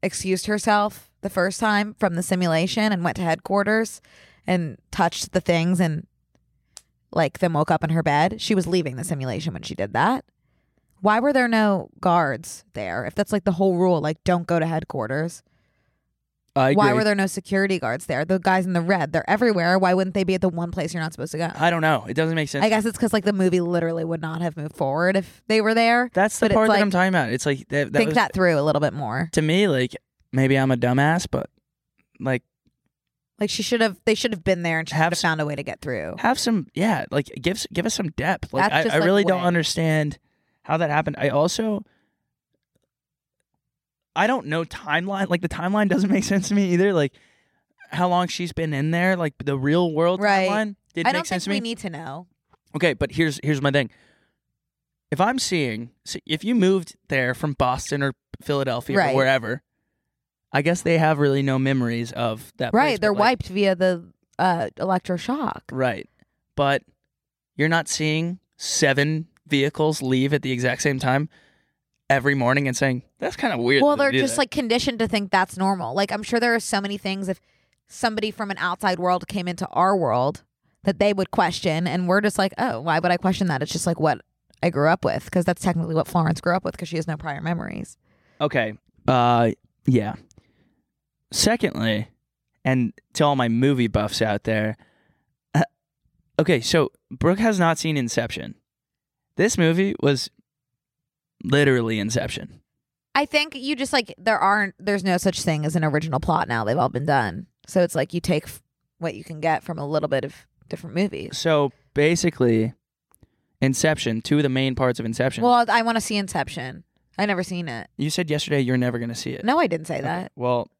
excused herself the first time from the simulation and went to headquarters and touched the things and like then woke up in her bed. She was leaving the simulation when she did that. Why were there no guards there? If that's like the whole rule, like don't go to headquarters. I Why agree. were there no security guards there? The guys in the red, they're everywhere. Why wouldn't they be at the one place you're not supposed to go? I don't know. It doesn't make sense. I guess it's because like the movie literally would not have moved forward if they were there. That's the but it's part that like- I'm talking about. It's like that, that Think was- that through a little bit more. to me. Like maybe I'm a dumbass, but like Like she should have, they should have been there and she Have should have s- found a way to get through. have some. Yeah, like give s- give us some depth. Like That's I, just, I like, really don't way. understand how that happened. I also I don't know timeline. Like the timeline doesn't make sense to me either. Like how long she's been in there. Like the real world Right. timeline didn't I make don't sense think to me. we need to know. Okay, but here's here's my thing. If I'm seeing, see, if you moved there from Boston or Philadelphia Right. or wherever, I guess they have really no memories of that. place, Right. but They're like- wiped via the uh, electroshock. Right, but you're not seeing seven vehicles leave at the exact same time every morning and saying that's kind of weird. Well, that they're do just that." like conditioned to think that's normal. Like I'm sure there are so many things if somebody from an outside world came into our world that they would question, and we're just like, oh, why would I question that? It's just like what I grew up with because that's technically what Florence grew up with because she has no prior memories. okay, uh, yeah. Secondly, and to all my movie buffs out there, uh, okay, so Brooke has not seen Inception. This movie was literally Inception. I think you just like there aren't there's no such thing as an original plot now. They've all been done. So it's like you take f- what you can get from a little bit of different movies. So basically, Inception, two of the main parts of Inception. Well, I want to see Inception. I never seen it. you said yesterday you're never going to see it. No, I didn't say Okay, that. Well,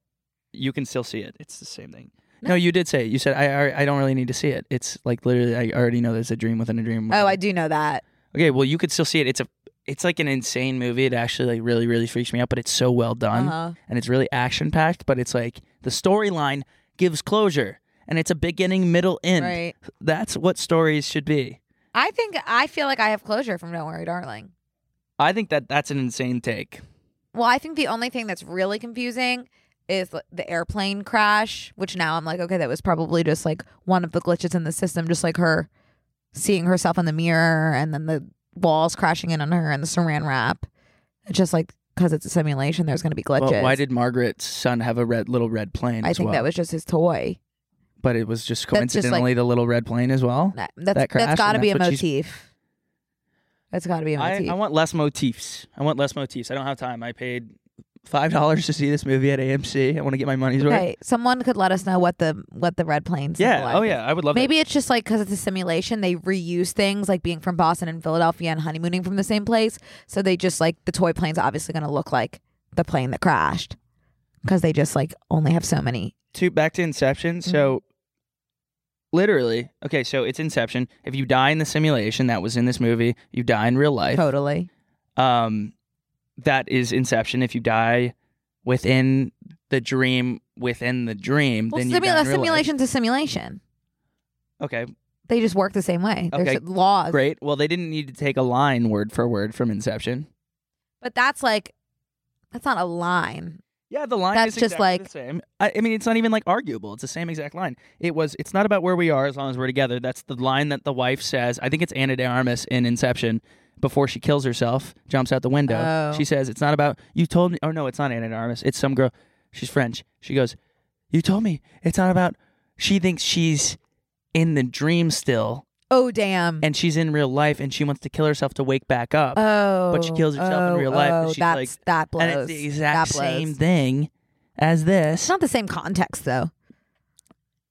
you can still see it. It's the same thing. No, No. you did say it. You said I, I I don't really need to see it. It's like literally I already know there's a dream within a dream. Oh, I do know that. Okay, well you could still see it. It's a it's like an insane movie. It actually like really really freaks me out, but it's so well done Uh-huh. and it's really action packed. But it's like the storyline gives closure and it's a beginning, middle, end. Right. That's what stories should be. I think I feel like I have closure from Don't Worry, Darling. I think that that's an insane take. Well, I think the only thing that's really confusing is like, the airplane crash, which now I'm like, okay, that was probably just like one of the glitches in the system, just like her seeing herself in the mirror and then the walls crashing in on her and the saran wrap. It's just like because it's a simulation, there's going to be glitches. Well, why did Margaret's son have a red little red plane? I as think well? that was just his toy. but it was just That's just, like- coincidentally the little red plane as well. That, that's that crash, that's got to and be a that's what she's- motif. That's got to be a I, motif. I want less motifs. I want less motifs. I don't have time. I paid five dollars to see this movie at AMC. I want to get my money's worth. okay, someone could let us know what the what the red planes. Yeah. Oh yeah. I would love that. Maybe it's just like because it's a simulation, they reuse things like being from Boston and Philadelphia and honeymooning from the same place. So they just like the toy plane's obviously going to look like the plane that crashed because they just like only have so many. To back to Inception. Mm-hmm. So literally, okay. So it's Inception. If you die in the simulation that was in this movie, you die in real life. Totally. Um, that is Inception. If you die within the dream, within the dream, Well, then simula- you die in real life. simulation's a simulation. Okay. They just work the same way. There's Okay, laws. Great. Well, they didn't need to take a line word for word from Inception. But that's like, that's not a line. Yeah, the line That's is just exactly like- the same. I, I mean, it's not even like arguable. It's the same exact line. It was. It's not about where we are as long as we're together. That's the line that the wife says. I think it's Anna de Armas in Inception before she kills herself, jumps out the window. Oh. She says, "It's not about you told me." Oh no, it's not Anna de Armas. It's some girl. She's French. She goes, "You told me it's not about." She thinks she's in the dream still, Oh, damn. and she's in real life, and she wants to kill herself to wake back up. Oh, she kills herself in oh, real life, and Oh, she's that's like- that blows. and it's the exact that blows. same thing as this. It's not the same context though.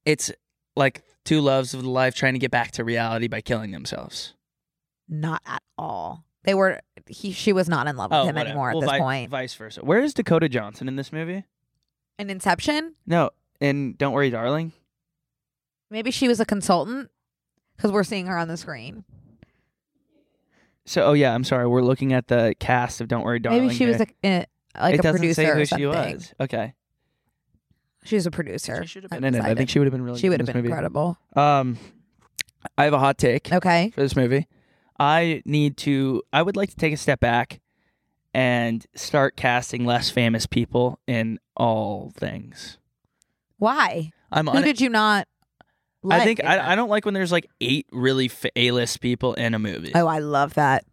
it's like two loves of life trying to get back to reality by killing themselves. Not at all. They were. He, she was not in love with him Oh, whatever. anymore at Well, this vi- point. Vice versa. Where is Dakota Johnson in this movie? in Inception, No, in Don't Worry, Darling. maybe she was a consultant because we're seeing her on the screen. So, oh yeah, I'm sorry. We're looking at the cast of Don't Worry, Darling. maybe she was here. a, eh, like it a doesn't producer say who or something. she was. Okay, She was a producer. she should have I'm been in it. I excited. think she would have been really. She good would in have this been movie. incredible. Um, I have a hot take Okay. for this movie. I need to. I would like to take a step back and start casting less famous people in all things. Why? I'm Who un- did you not? Like I think in I, that? I don't like when there's like eight really f- A-list people in a movie. Oh, I love that.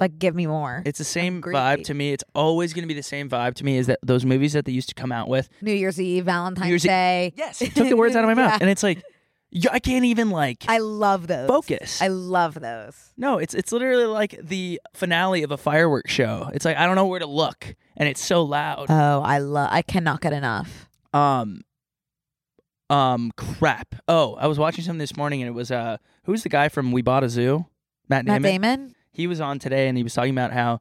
Like, give me more. It's the same Agreed. vibe to me. It's always going to be the same vibe to me is that those movies that they used to come out with. New Year's Eve, Valentine's Year's Eve- Day. Yes, it took the words out of my mouth, Yeah. and it's like you, I can't even like I love those. focus. I love those. no, it's it's literally like the finale of a fireworks show. It's like I don't know where to look, and it's so loud. Oh, I love. I cannot get enough. Um, um, crap. Oh, I was watching something this morning, and it was uh, who's the guy from We Bought a Zoo? Matt Matt Damon. Damon. he was on today and he was talking about how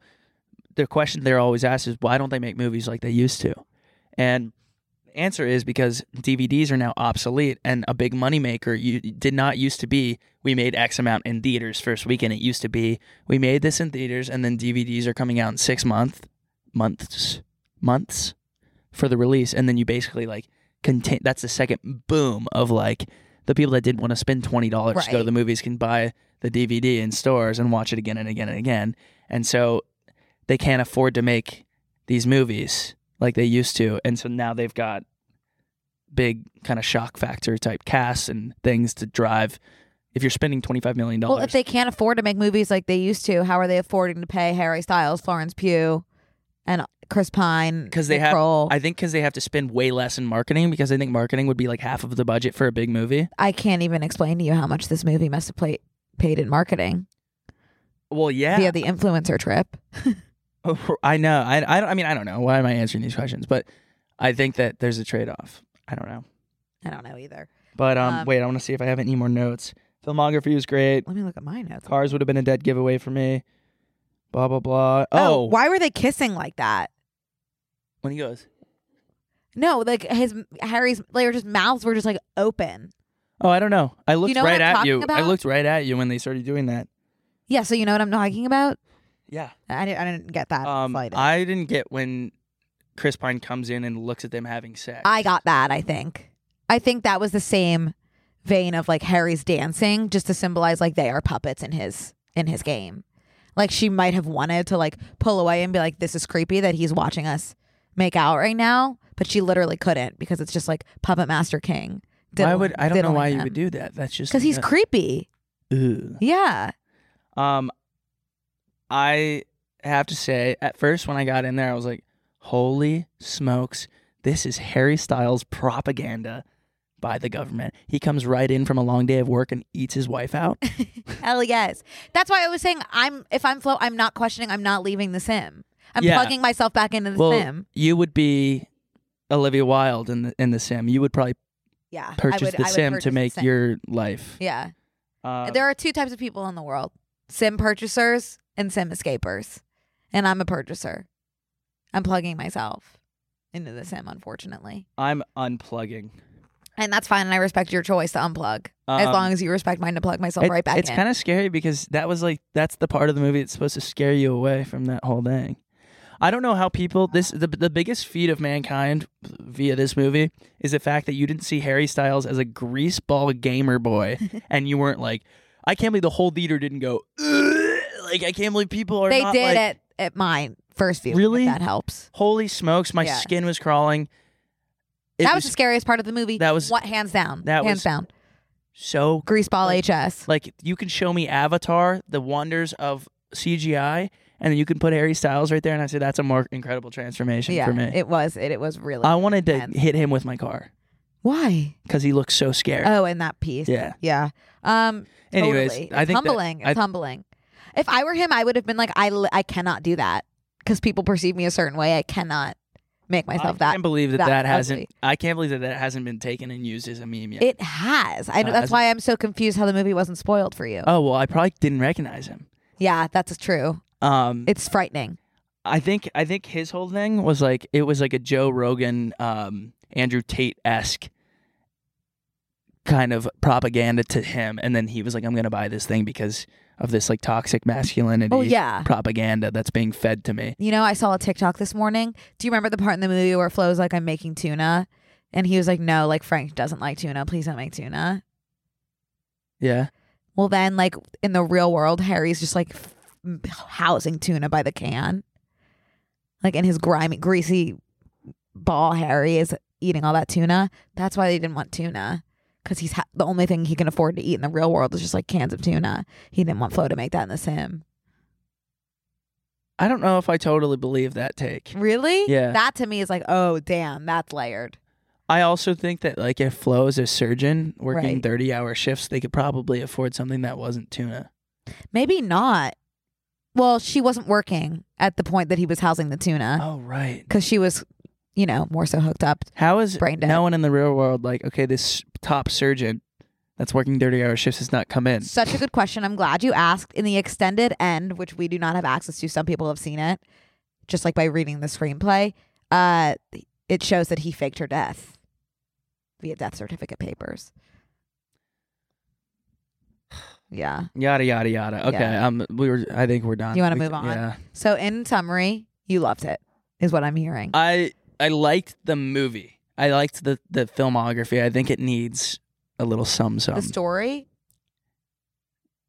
the question they're always asked is why don't they make movies like they used to and the answer is because dvds are now obsolete and a big moneymaker you did not used to be we made x amount in theaters first weekend it used to be we made this in theaters and then dvds are coming out in six months months months for the release and then you basically like contain that's the second boom of like the people that didn't want to spend $20 to go to Right. the movies can buy the dvd in stores and watch it again and again and again and so they can't afford to make these movies like they used to and so now they've got big kind of shock factor type casts and things to drive if you're spending 25 million dollars Well, if they can't afford to make movies like they used to, how are they affording to pay Harry Styles, Florence Pugh, and Chris Pine? 'Cause they Nick have- Kroll? I think because they have to spend way less in marketing because I think marketing would be like half of the budget for a big movie. I can't even explain to you how much this movie must have played, paid in marketing Well, yeah, via the influencer trip. I know. I, I, don't- I mean, I don't know. Why am I answering these questions? But I think that there's a trade off. I don't know. I don't know either. But um, Um, wait, I want to see if I have any more notes. Filmography was great. Let me look at my notes. Cars would have been a dead giveaway for me. Blah blah blah. Oh, Oh, why were they kissing like that? when he goes. No, like his Harry's, like just mouths were just like open. Oh, I don't know. I looked know what right I'm at talking you. I about? looked right at you when they started doing that. Yeah, so you know what I'm talking about. Yeah. I didn't, I didn't get that. Um, slightest. I didn't get when Chris Pine comes in and looks at them having sex. I got that, I think. I think that was the same vein of like Harry's dancing just to symbolize like they are puppets in his in his game. Like she might have wanted to like pull away and be like this is creepy that he's watching us make out right now, but she literally couldn't because it's just like puppet master king. why would I don't know why you would do that. That's just Cuz he's like creepy. a- Ugh. Yeah. Um, I have to say, at first when I got in there, I was like, "Holy smokes, this is Harry Styles propaganda by the government." He comes right in from a long day of work and eats his wife out. Hell yes. That's why I was saying I'm if I'm flow I'm not questioning, I'm not leaving the sim. I'm Yeah. plugging myself back into the well, sim. you would be Olivia Wilde in the in the Sim. You would probably Yeah. I purchase would- the I would Sim purchase to the make Sim. your life. Yeah. Uh, there are two types of people in the world sim purchasers and sim escapers. And I'm a purchaser. I'm plugging myself into the sim, unfortunately. I'm unplugging. And that's fine. And I respect your choice to unplug as Um, long as you respect mine to plug myself It- right back it's in. kind of scary because that was like that's the part of the movie that's supposed to scare you away from that whole thing. I don't know how people this the the biggest feat of mankind via this movie is the fact that you didn't see Harry Styles as a greaseball gamer boy and you weren't like I can't believe the whole theater didn't go "Ugh," like I can't believe people are they not did like, it at mine first view. if Really? that helps. Holy smokes, my Yeah. skin was crawling. It that was, the scariest part of the movie. that was- what hands down. that hands was- down. so Greaseball like- HS. Like you can show me Avatar, the wonders of CGI, and then you can put Harry Styles right there, and I say that's a more incredible transformation Yeah, for me. Um, it was. It, it was really. I wanted to intense. hit him with my car Why? because he looks so scared. Oh, and that piece. Yeah. Yeah. Um. Anyways, totally. I think It's that- humbling. I- it's humbling. If I were him, I would have been like, I li- I cannot do that because people perceive me a certain way. I cannot make I myself can't that. believe that that, that hasn't. ugly. I can't believe that that hasn't been taken and used as a meme yet. It has. No, I know. it That's why I'm so confused how the movie wasn't spoiled for you. oh well, I probably didn't recognize him. yeah, that's true. Um, It's frightening. I think I think his whole thing was like it was like a Joe Rogan, um, Andrew Tate esque kind of propaganda to him, and then he was like, "I'm gonna buy this thing because of this like toxic masculinity Oh yeah. propaganda that's being fed to me." You know, I saw a TikTok this morning. Do you remember the part in the movie where Flo's like, I'm making tuna? And he was like, No, like Frank doesn't like tuna. Please don't make tuna. Yeah, Well, then, like in the real world, Harry's just like f- housing tuna by the can, like in his grimy, greasy ball. Harry is eating all that tuna. That's why they didn't want tuna because he's ha- the only thing he can afford to eat in the real world is just like cans of tuna. He didn't want Flo to make that in the sim. I don't know if I totally believe that take. Mm. Really? Yeah. That to me is like, oh damn, that's layered. I also think that like if Flo is a surgeon working Right. thirty hour shifts, they could probably afford something that wasn't tuna. Maybe not. Well, she wasn't working at the point that he was housing the tuna Oh right. because she was, you know, more so hooked up How is Brain dead. no one in the real world like okay, this top surgeon that's working thirty hour shifts has not come in? Such a good question. I'm glad you asked. In the extended end, which we do not have access to, some people have seen it, just like by reading the screenplay. Uh, it shows that he faked her death via death certificate papers. Yeah. Yada yada yada. Okay, Yeah. um, we were. I think we're done. You wanna We- move on? Yeah, So, in summary, you loved it, is what I'm hearing. I I liked the movie. I liked the the filmography. I think it needs a little sum sum. the story.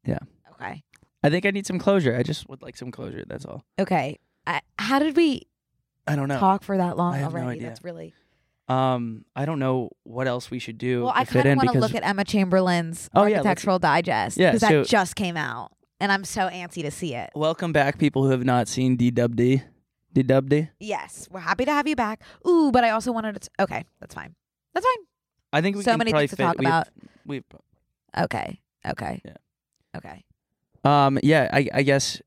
Yeah. Okay. I think I need some closure. I just would like some closure. That's all. Okay. I, how did we I don't know. talk for that long Oh. I have no already? idea. That's really. Um, I don't know what else we should do. Well, I to fit kind of in want to because look at Emma Chamberlain's Oh, yeah, let's- Architectural Digest Yeah, because so- that just came out, and I'm so antsy to see it. welcome back people who have not seen DWD. DWD. Yes, we're happy to have you back. Ooh, but I also wanted to. okay, that's fine. That's fine. I think we So can many probably things to fit. talk we've- about. We've, Okay. Okay. Yeah. Okay. um, yeah. I I guess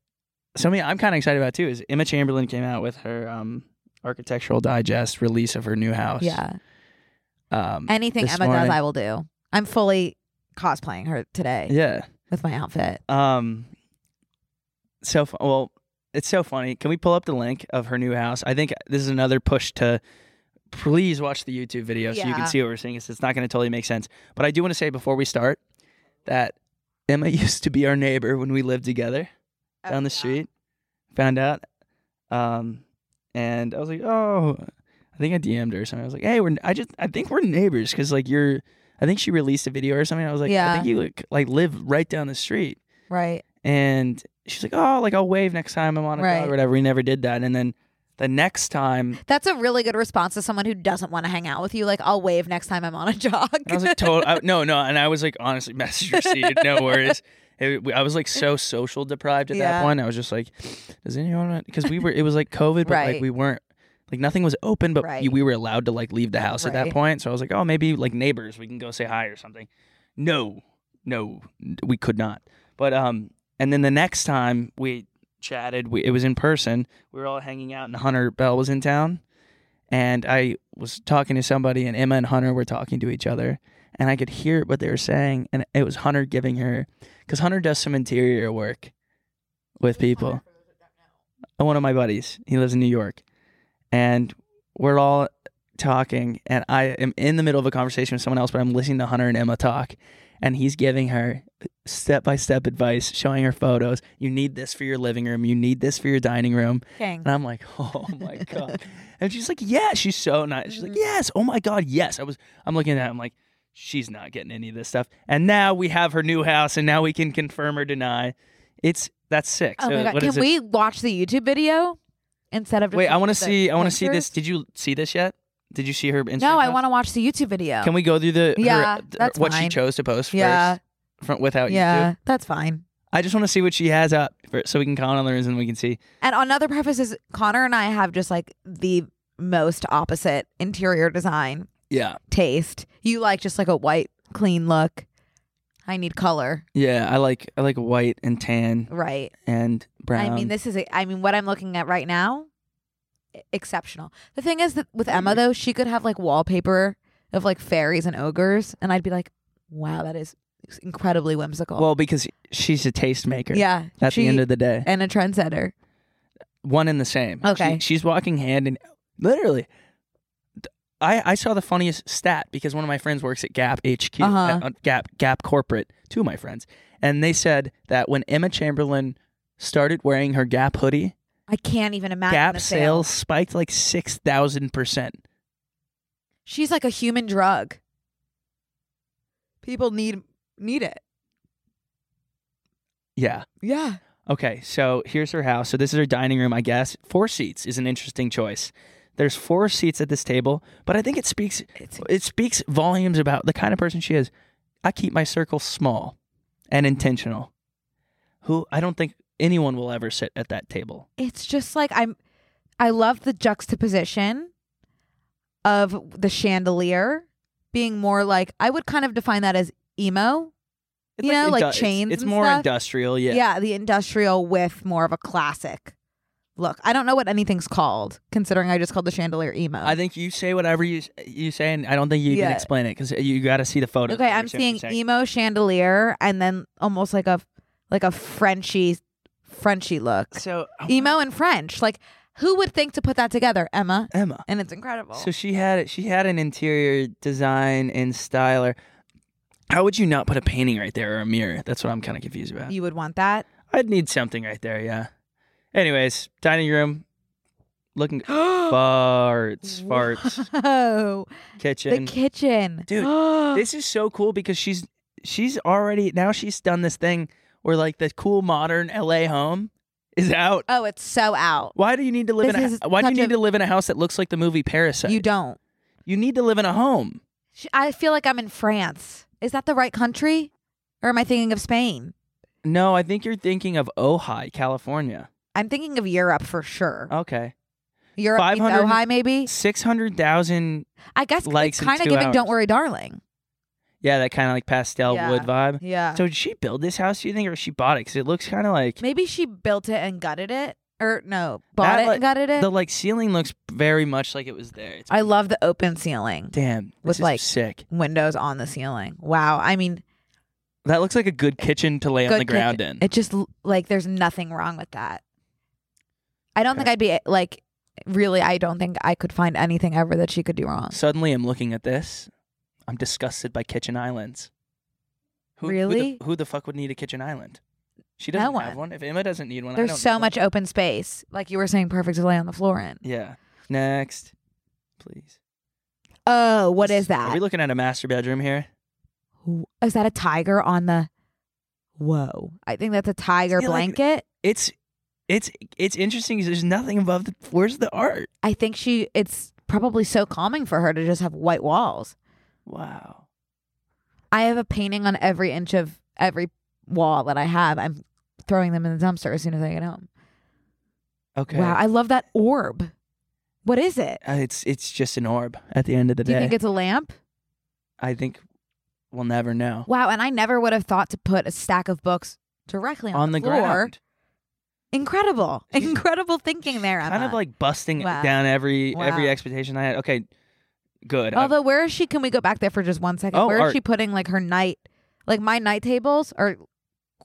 something I'm kind of excited about too is Emma Chamberlain came out with her um architectural digest release of her new house. Yeah. Um, Anything this Emma morning. does, I will do. I'm fully cosplaying her today Yeah. with my outfit. Um. So fu- well, it's so funny. Can we pull up the link of her new house? I think this is another push to please watch the YouTube video so you Yeah. can see what we're seeing. It's, it's not going to totally make sense, but I do want to say before we start that Emma used to be our neighbor when we lived together Oh, down the street. Found out, um, and I was like, oh, I think I DM'd her or something. I was like, hey, we're I just I think we're neighbors because like you're. I think she released a video or something. I was like, I Yeah. think you look like live right down the street. Right. And she's like, "Oh, like I'll wave next time I'm on a Right. dog or whatever." We never did that. And then the next time, That's a really good response to someone who doesn't want to hang out with you. Like, I'll wave next time I'm on a jog. I was like, "Total, I- no, no," and I was like, "Honestly, message received. No worries." It, I was like so social deprived at that Yeah. point. I was just like, "Does anyone?" Because we were, it was like COVID, but like Right. we weren't, like nothing was open, but Right. you- we were allowed to like leave the house at that Right. point. So I was like, "Oh, maybe like neighbors, we can go say hi or something." No, no, we could not. But um, and then the next time we chatted, we, it was in person. We were all hanging out, and Hunter Bell was in town, and I was talking to somebody, and Emma and Hunter were talking to each other, and I could hear what they were saying, and it was Hunter giving her, because Hunter does some interior work with people. Uh, One of my buddies, he lives in New York, and we're all talking, and I am in the middle of a conversation with someone else, but I'm listening to Hunter and Emma talk, and he's giving her step by step advice, showing her photos. You need this for your living room. You need this for your dining room. King. And I'm like, oh my god. and she's like, yeah, she's so nice. Mm-hmm. She's like, yes, oh my god, yes. I was. I'm looking at. It, I'm like, she's not getting any of this stuff. And now we have her new house, and now we can confirm or deny. It's that's sick. Oh so my God. what Can is it? we watch the YouTube video instead of just Wait, I looking want to at the see. I want to see this. pictures? Did you see this yet? Did you see her? Instagram No, I post? want to watch the YouTube video. Can we go through the her- uh, Yeah, th- that's what she fine. chose to post Yeah. first from without YouTube? yeah, that's fine. I just want to see what she has up for, so we can comment on the and we can see. And another preface is Connor and I have just like the most opposite interior design Yeah. taste. You like just like a white, clean look. I need color. Yeah. I like I like white and tan Right. and brown. I mean, this is, a, I mean, what I'm looking at right now, e- exceptional. The thing is that with Mm. Emma, though, she could have like wallpaper of like fairies and ogres. And I'd be like, wow, that is incredibly whimsical. well, because she's a tastemaker. yeah. At she- the end of the day, and a trendsetter. one and the same. Okay. She- she's walking hand in literally. th- I, I saw the funniest stat because one of my friends works at Gap HQ, uh, Uh-huh. uh, Gap Gap Corporate. Two of my friends, and they said that when Emma Chamberlain started wearing her Gap hoodie, I can't even imagine Gap the sales sale. spiked like six thousand percent. She's like a human drug. People need need it. Yeah. Yeah. Okay. So here's her house. So this is her dining room, I guess. Four seats is an interesting choice. There's four seats at this table, but I think it speaks It's it speaks volumes about the kind of person she is. I keep my circle small and intentional. Who I don't think anyone will ever sit at that table. it's just like I'm I love the juxtaposition of the chandelier being more like I would kind of define that as emo. It's You know, like it's- chains It's and more stuff? industrial, yeah. the industrial with more of a classic look. I don't know what anything's called, considering I just called the chandelier emo. I think you say whatever you you say, and I don't think you Yeah. can explain it because you got to see the photos. to okay, I'm understand what you're seeing saying. emo chandelier and then almost like a like a Frenchy Frenchy look. So oh, emo and French. Like, who would think to put that together, Emma? Emma, And it's incredible. So she had it. She had an interior design and styler. How would you not put a painting right there or a mirror? That's what I'm kind of confused about. you would want that. I'd need something right there. Yeah. Anyways, dining room, looking farts, farts, Oh, the kitchen, kitchen, Dude, This this is so cool because she's she's already now she's done this thing where like the cool modern LA home is out. oh, it's so out. Why do you need to live This in is a Why do you such need a- to live in a house that looks like the movie Parasite? You don't. you need to live in a home. Sh- I feel like I'm in France. Is that the right country, or am I thinking of Spain? No, I think you're thinking of Ojai, California. I'm thinking of Europe for sure. Okay. Europe meets 500 Ojai, maybe. 600,000. I guess likes in kind of two giving "Don't hours. Worry, Darling." Yeah, that kind of like pastel Yeah. wood vibe. Yeah. So did she build this house, do you think, or she bought it? Because it looks kind of like maybe she built it and gutted it, or no, bought That, it like, and gutted it. the like ceiling looks very much like it was there. It's, I love the open ceiling. damn, this with, is like- sick. windows on the ceiling. Wow. I mean, That looks like a good kitchen to lay on Good the ground kitchen. in. It just l- like there's nothing wrong with that. I don't Okay. think I'd be like really. I don't think I could find anything ever that she could do wrong. Suddenly, I'm looking at this. I'm disgusted by kitchen islands. Who, Who Really? the, who the fuck would need a kitchen island? She doesn't No have one. If Emma doesn't need one, I There's don't so need much One. open space, like you were saying, perfect to lay on the floor in. Yeah. Next, please. Oh, what This- is Are that? we looking at a master bedroom here? Wh- Is that a tiger on the? Whoa, I think that's a tiger See, like- blanket. It's, it's, it's interesting. 'cause There's nothing above the. Where's the art? I think she. It's probably so calming for her to just have white walls. Wow. I have a painting on every inch of every wall that I have. I'm throwing them in the dumpster as soon as I get home. Okay. Wow, I love that orb. What is it? Uh, it's it's just an orb at the end of the Do you day. think it's a lamp? I think we'll never know. Wow, and I never would have thought to put a stack of books directly on, On the floor. ground, Incredible, She's incredible thinking there. kind Emma. of like busting Wow. down every every Wow. expectation I had. Okay, good. I've- Although, where is she? Can we go back there for just one second? Oh, where is art. she putting like her night? Like my night tables are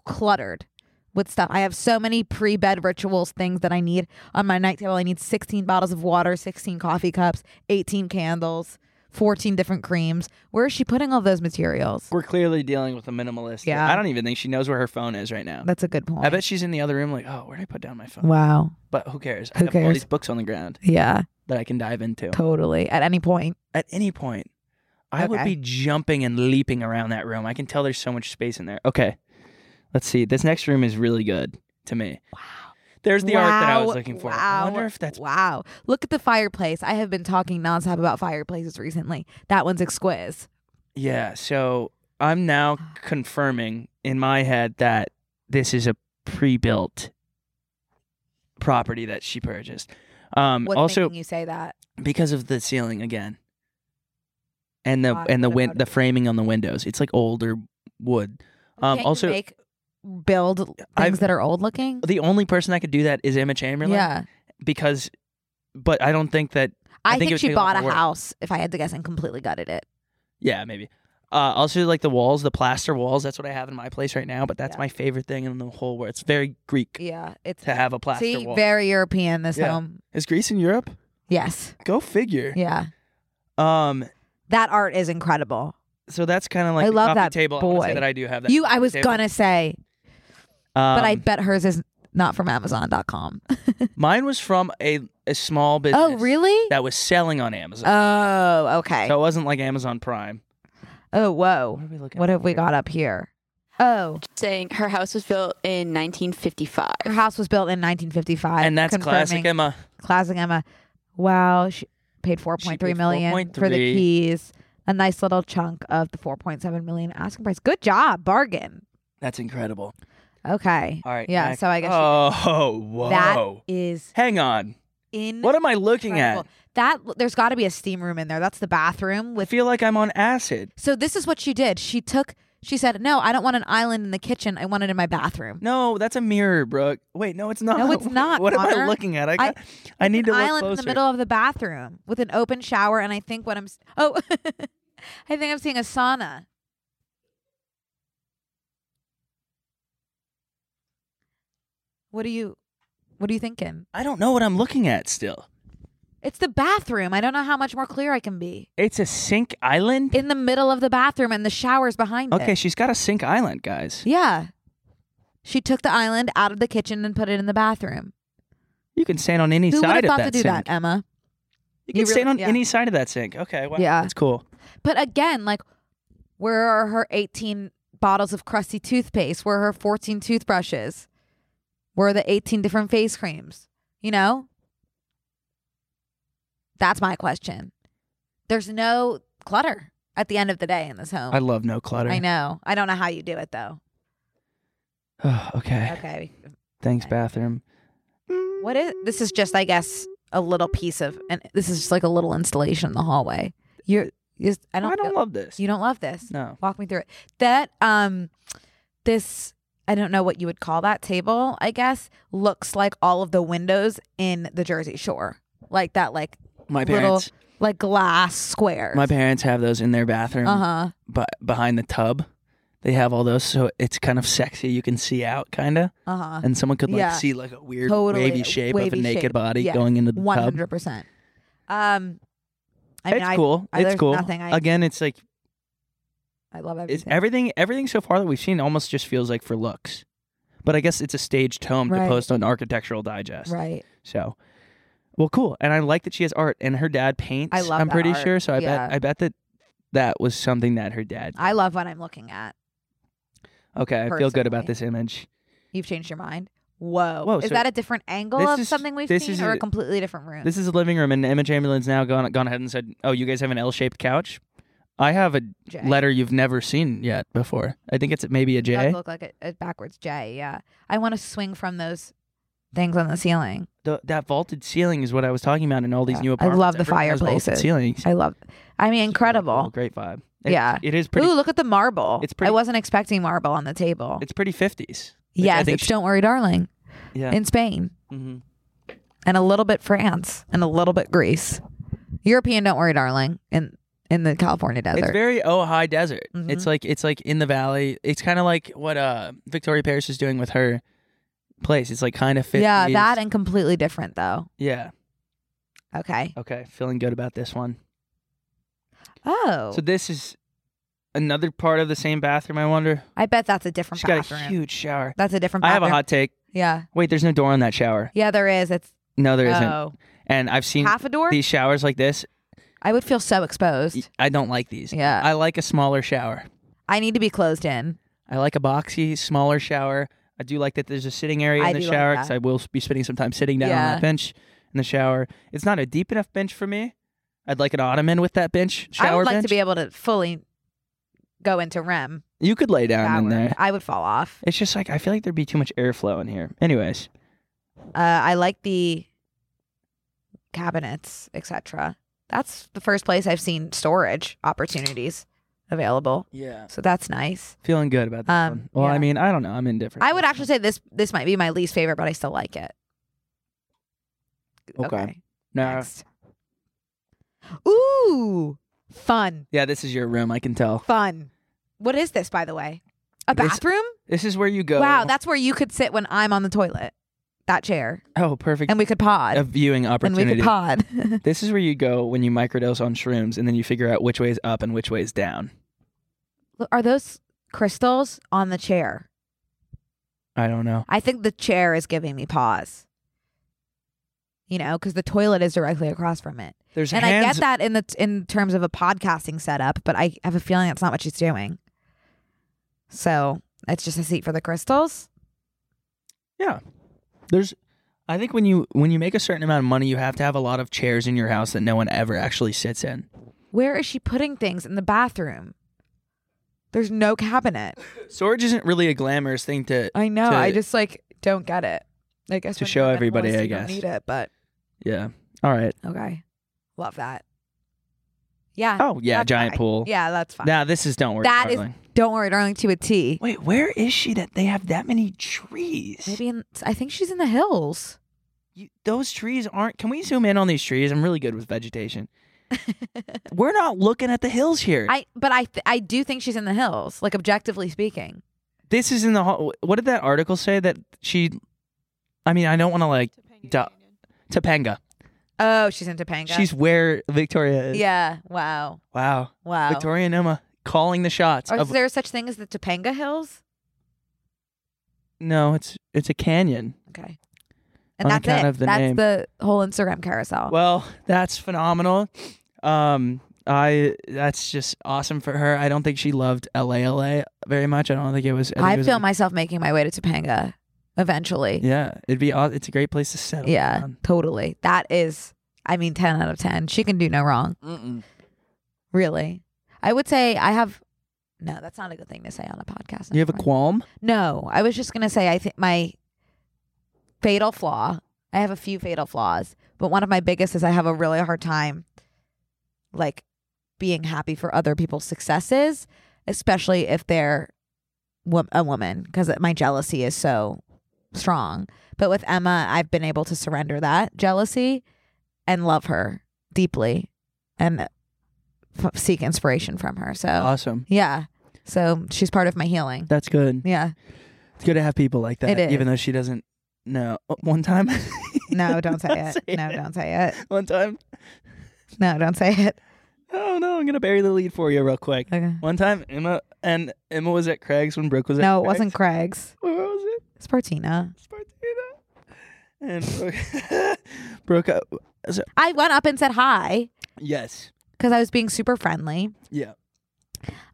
cluttered with stuff. I have so many pre-bed rituals things that I need on my night table. I need 16 bottles of water, 16 coffee cups, 18 candles, 14 different creams. Where is she putting all those materials? we're clearly dealing with a minimalist. Yeah. I don't even think she knows where her phone is right now. That's a good point. I bet she's in the other room, like, oh, where did I put down my phone? Wow. But who cares? I Who have all cares? these books on the ground Yeah, that I can dive into totally. At any point. at any point. I would Okay. be jumping and leaping around that room. I can tell there's so much space in there. Okay, let's see. This next room is really good to me. Wow. There's the art that I was Wow, looking for. I Wow. wonder if that's wow. Look at the fireplace. I have been talking nonstop about fireplaces recently. That one's exquisite. Yeah, so I'm now Ah. confirming in my head that this is a pre-built property that she purchased. Um What's also making you say that? because of the ceiling again. And the Why? and the What win- about the it? framing on the windows. It's like older wood. Um Can't you also make build things I've- that are old looking. the only person that could do that is Emma Chamberlain Yeah, because but I don't think that I, think it think, would she take a lot bought more work. a house. If I had to guess, and completely gutted it. Yeah, maybe. Uh, also, like the walls, the plaster walls. That's what I have in my place right now. But that's Yeah. my favorite thing in the whole world. It's very Greek Yeah, it's to have a plaster see wall. very European this Yeah. home. is Greece in Europe? Yes, Go figure. yeah, Um. that art is incredible. So that's kind of like I the love coffee that table. I wanna say boy. that I do have that. You, I was table. gonna say, Um, but I bet hers is not from Amazon.com. mine was from a a small business. Oh, really? That was selling on Amazon. Oh, okay. so it wasn't like Amazon Prime. oh, What whoa. are we looking? What at have we here? got up here? Oh, saying her house was built in 1955. her house was built in 1955. And that's classic confirming- Emma. classic Emma. Wow, she paid four She point three paid million 4.3. for the keys. A nice little chunk of the four point seven million asking price. Good job, bargain. That's incredible. Okay. All right. Yeah. next. So I guess Oh, she- whoa. that is Hang on. in. What am I looking at? That there's got to be a steam room in there. That's the bathroom I with. feel like I'm on acid. So this is what she did. She took. She said, "No, I don't want an island in the kitchen. I want it in my bathroom." No, that's a mirror, Brooke. Wait, no, it's not. No, it's not, What am I Connor. looking at? I I- got, I, need to an look island closer. in the middle of the bathroom with an open shower, and I think what I'm s- oh, I think I'm seeing a sauna. What are you, what are you thinking? I don't know what I'm looking at still. It's the bathroom. I don't know how much more clear I can be. It's a sink island. In the middle of the bathroom, and the shower's behind it. okay, she's got a sink island, guys. Yeah. She took the island out of the kitchen and put it in the bathroom. You can stand on any Who would side have of thought that to do sink. that, Emma? You can You really- stand on yeah. any side of that sink. Okay, wow, Yeah. that's cool. But again, like, where are her 18 bottles of crusty toothpaste? Where are her 14 toothbrushes? Where are the 18 different face creams? You know? That's my question. There's no clutter at the end of the day in this home. I love no clutter. I know. I don't know how you do it though. okay. Okay. thanks, bathroom. What is this is just I guess a little piece of and this is just like a little installation in the hallway. You're just I don't, feel- love this. you don't love this. no, walk me through it that um this i don't know what you would call that table i guess looks like all of the windows in the jersey shore like that like my Little parents. like glass square My parents have those in their bathroom, uh-huh bu- behind the tub. They have all those, so it's kind of sexy. You can see out, kind of, Uh huh. and someone could like Yeah. see like a weird Totally. wavy shape of Wavy a naked shape. body Yes. going into the One tub. hundred percent. Um, I mean, it's I, cool. I- it's there's cool. nothing I- Again, it's like I love it's everything. everything. Everything so far that we've seen almost just feels like for looks, but I guess it's a staged home to Right. post on Architectural Digest. right. So, well, cool. And I like that she has art, and her dad paints. I love I'm that pretty art. sure. So I Yeah. bet I bet that that was something that her dad. I love what I'm looking at. okay, I feel good about personally. this image. You've changed your mind. Whoa. Whoa, is so that a different angle this of is- something we've this seen is or a a- completely different room? This is a living room, and Emma Chamberlain's now gone gone ahead and said, "Oh, you guys have an L-shaped couch. I have a J. letter you've never seen yet before. I think it's maybe a It does J. look like a, a backwards J, yeah. I want to swing from those things on the ceiling. The, that vaulted ceiling is what I was talking about in all these Yeah. new I apartments. love the Everyone has vaulted fireplaces. ceilings. I love I mean It's really cool. incredible. Great vibe. It- Yeah. it is pretty. Ooh, look at the marble. it's pretty- I wasn't expecting marble on the table. It's pretty fifties. yes, I think it's she- Don't Worry Darling Yeah. in Spain Mhm. and a little bit France and a little bit Greece. European Don't Worry Darling in in the California It's desert. very Ojai Desert. Mhm. It's like it's like in the valley. It's kind of like what uh Victoria Paris is doing with her place. It's like kind of 50s. yeah, that and completely different though. Yeah. Okay. Okay, feeling good about this one. Oh. So this is another part of the same bathroom. I wonder. I bet that's a different She's got a bathroom. huge shower. That's a different I have bathroom. a hot take. yeah. Wait, there's no door on that shower. Yeah, there is. It's No, there not oh. And I've seen half a door. these showers like this. I would feel so exposed. I don't like these. Yeah. I like a smaller shower. I need to be closed in. I like a boxy, smaller shower. I do like that there's a sitting area I in the do like shower that. because I will be spending some time sitting down on Yeah. that bench in the shower. It's not a deep enough bench for me. I'd like an ottoman with that bench, shower I would like bench. to be able to fully go into REM. you could lay down in shower. there. I would fall off. It's just like I feel like there'd be too much airflow in here. Anyways, Uh, I like the cabinets, etc. That's the first place I've seen storage opportunities available. yeah, So that's nice. feeling good about this Um, one. Well, I yeah. mean, I don't know. I'm indifferent. I would actually say this this might be my least favorite, but I still like it. Okay. no. Next. Ooh, fun, Yeah, this is your room. I can tell. fun. What is this, by the way? A This- bathroom? This is where you go. Wow, that's where you could sit when I'm on the toilet. That chair, oh perfect. and we could pod, a viewing and we opportunity. could pod. This is where you go when you microdose on shrooms, and then you figure out which way is up and which way is down. Look, Are those crystals on the chair? I don't know. I think the chair is giving me pause. You know, because the toilet is directly across from it, There's and hands. I get that in the in terms of a podcasting setup, but I have a feeling that's not what she's doing. So it's just a seat for the crystals. There's, I think when you when you make a certain amount of money, you have to have a lot of chairs in your house that no one ever actually sits in. Where is she putting things in the bathroom? There's no cabinet. Storage isn't really a glamorous thing to. I know. I to- just like don't get it. I guess to when show you're a everybody, minimalist, I you don't guess. need it, but Yeah. All right. okay. Love that. Yeah. Oh yeah, that's giant fine. pool. Yeah, that's fine. Now this is don't worry. That is- darling. don't worry, darling. To a T. Wait, where is she that they have that many trees? Maybe in, I think she's in the hills. You, those trees aren't. Can we zoom in on these trees? I'm really good with vegetation. We're not looking at the hills here. I but I th- I do think she's in the hills. Like objectively speaking, this is in the. hall- What did that article say that she? I mean, I don't want to like da- Topanga. oh, she's in Topanga. She's where Victoria is. yeah. Wow. Wow. Wow. Victoria and Emma calling the shots. Or is Of, there such thing as the Topanga Hills? no, it's it's a canyon. Okay. On And that's account it. of the that's name. the whole Instagram carousel. Well, that's phenomenal. Um, I that's just awesome for her. I don't think she loved LA LA very much. I don't think it was. think it I was- feel myself making my way to Topanga eventually. Yeah, it'd be. aw- It's a great place to settle. Yeah, down. totally. That is, I mean, 10 out of 10. She can do no wrong, really. I would say I have, no, that's not a good thing to say on a podcast. You have a anymore. qualm. No, I was just going to say, I think my fatal flaw, I have a few fatal flaws, but one of my biggest is I have a really hard time like being happy for other people's successes, especially if they're wo- a woman, because my jealousy is so strong. But with Emma, I've been able to surrender that jealousy and love her deeply and f- seek inspiration from her. So, Awesome. yeah. So she's part of my healing. That's good. Yeah. It's good to have people like that, It is. even though she doesn't know. Oh, one time, No, don't say Don't it. say no, it. don't say it. one time. No, don't say it. Oh no, I'm gonna bury the lead for you real quick. Okay. One time, Emma and Emma was at Craig's when Brooke was at. No, it Craig's. wasn't Craig's. Where was it? Spartina. Spartina. And Brooke, Brooke uh, I went up and said hi yes, because I was being super friendly. yeah.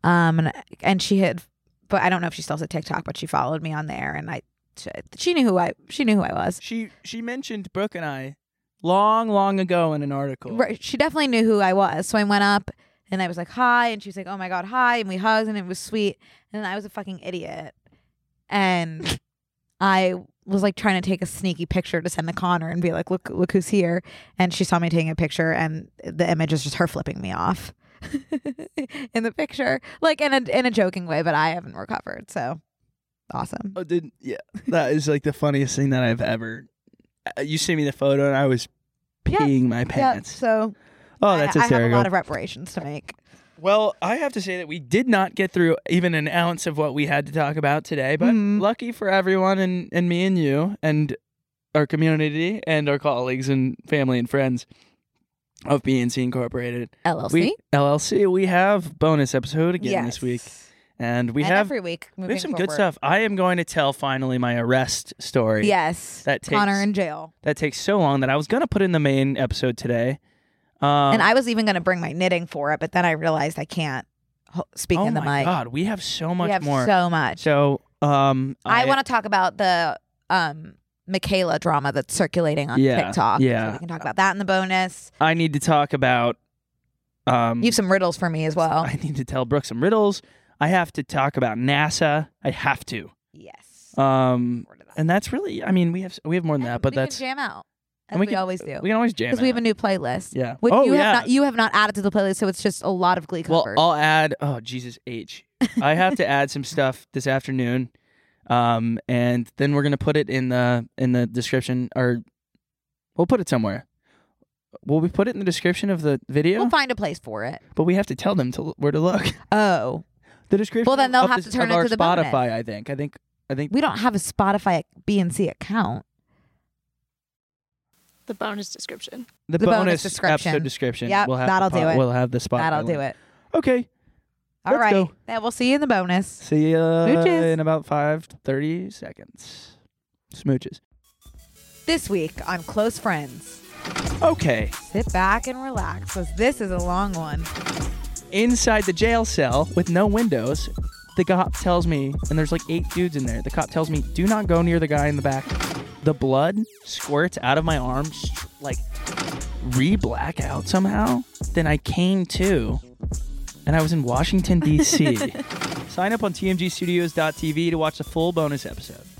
Um, and, and she had, but I don't know if she still has a TikTok, but she followed me on there, and I, she, she knew who I, she knew who I was. She she mentioned Brooke and I long long ago in an article. Right, she definitely knew who I was. So I went up and I was like, hi. And she was like, oh my God, hi. And we hugged and it was sweet. And I was a fucking idiot. And I was like trying to take a sneaky picture to send to Connor and be like, look, look who's here. And she saw me taking a picture and the image is just her flipping me off in the picture, like in a, in a joking way, but I haven't recovered. So awesome. Oh, did yeah. That is like the funniest thing that I've ever. Uh, You sent me the photo and I was Yeah, peeing my Yeah. pants. So oh, that's I, I have a hysterical. lot of reparations to make. Well, I have to say that we did not get through even an ounce of what we had to talk about today, but Mhm. lucky for everyone and, and me and you and our community and our colleagues and family and friends of BNC Incorporated. LLC. We LLC, we have bonus episode again Yes. this week. And we And have every week. we moving have some good forward. stuff. I am going to tell finally my arrest story. Yes. That takes Connor in jail. that takes so long that I was gonna put in the main episode today. Um, and I was even going to bring my knitting for it, but then I realized I can't ho- speak oh in the my mic. god, we have so much we have more. so much. So, um, I, want to talk about the um, Michaela drama that's circulating on Yeah, TikTok. so yeah. we can talk about that in the bonus. I need to talk about. Um, You have some riddles for me as well. I need to tell Brooke some riddles. I have to talk about NASA. I have to. yes. Um, Forward to that. and that's really. I mean, we have we have more than And that, but we that's can jam out. As and we, we can- always do. we can always jam. Because we have out. a new playlist. yeah. Which oh you have yeah. not you have not added to the playlist, so it's just a lot of glee well, covers. I'll add. Oh Jesus H. I have to add some stuff this afternoon, um, and then we're gonna put it in the in the description or we'll put it somewhere. Will we put it in the description of the video? we'll find a place for it. but we have to tell them to l- where to look. Oh. The description. Well, then of- they'll of have the- to of turn it our to the bonus. Spotify. I think. I think. I think. We don't have a Spotify BNC account. The bonus description. The, the bonus description. episode description. Yep, we'll have that'll the do it. We'll have the Spotify. That'll do it. Okay. All um, Let's right. go. Yeah, we'll see you in the bonus. See you Smooches. in about five thirty seconds. Smooches. This week on Close Friends. Okay. Sit back and relax because this is a long one. Inside the jail cell with no windows, the cop tells me, and there's like eight dudes in there. The cop tells me, "Do not go near the guy in the back." The blood squirts out of my arm, str- like re-black out somehow. Then I came to, and I was in Washington D.C. Sign up on TMGstudios.tv to watch the full bonus episode.